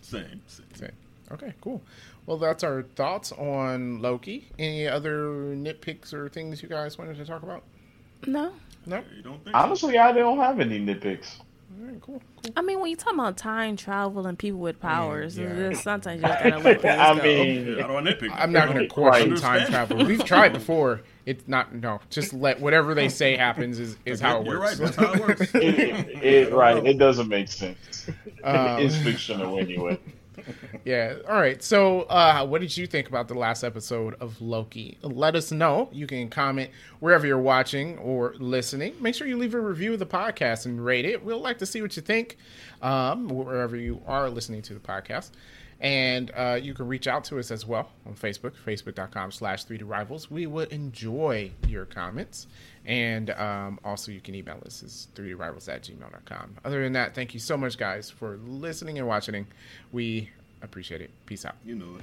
Speaker 4: Same. same.
Speaker 1: Same. Okay, cool. Well, that's our thoughts on Loki. Any other nitpicks or things you guys wanted to talk about?
Speaker 2: No.
Speaker 1: No.
Speaker 4: You don't think? so?
Speaker 3: Honestly, I don't have any nitpicks.
Speaker 1: All right, cool. Cool.
Speaker 2: I mean, when you talk about time travel and people with powers,
Speaker 1: yeah.
Speaker 2: it's just- sometimes you just gotta let things
Speaker 3: I
Speaker 2: go.
Speaker 3: mean,
Speaker 4: Yeah, I don't nitpick.
Speaker 1: I'm not going to
Speaker 3: Right.
Speaker 1: question time
Speaker 4: Understand.
Speaker 1: travel. We've tried before. It's not no. Just let whatever they say happens is, is how it
Speaker 4: You're
Speaker 1: works.
Speaker 4: right. That's how it works.
Speaker 3: it, it, it- right. It doesn't make sense.
Speaker 1: Um,
Speaker 3: it's fictional anyway.
Speaker 1: Yeah. All right. So, uh, what did you think about the last episode of Loki? Let us know. You can comment wherever you're watching or listening. Make sure you leave a review of the podcast and rate it. We'll like to see what you think um, wherever you are listening to the podcast. And uh, you can reach out to us as well on Facebook, facebook.com slash 3D Rivals. We would enjoy your comments. And um, also, you can email us. It's 3drivals at gmail.com. Other than that, thank you so much, guys, for listening and watching. We appreciate it. Peace out.
Speaker 4: You know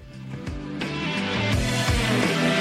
Speaker 4: it.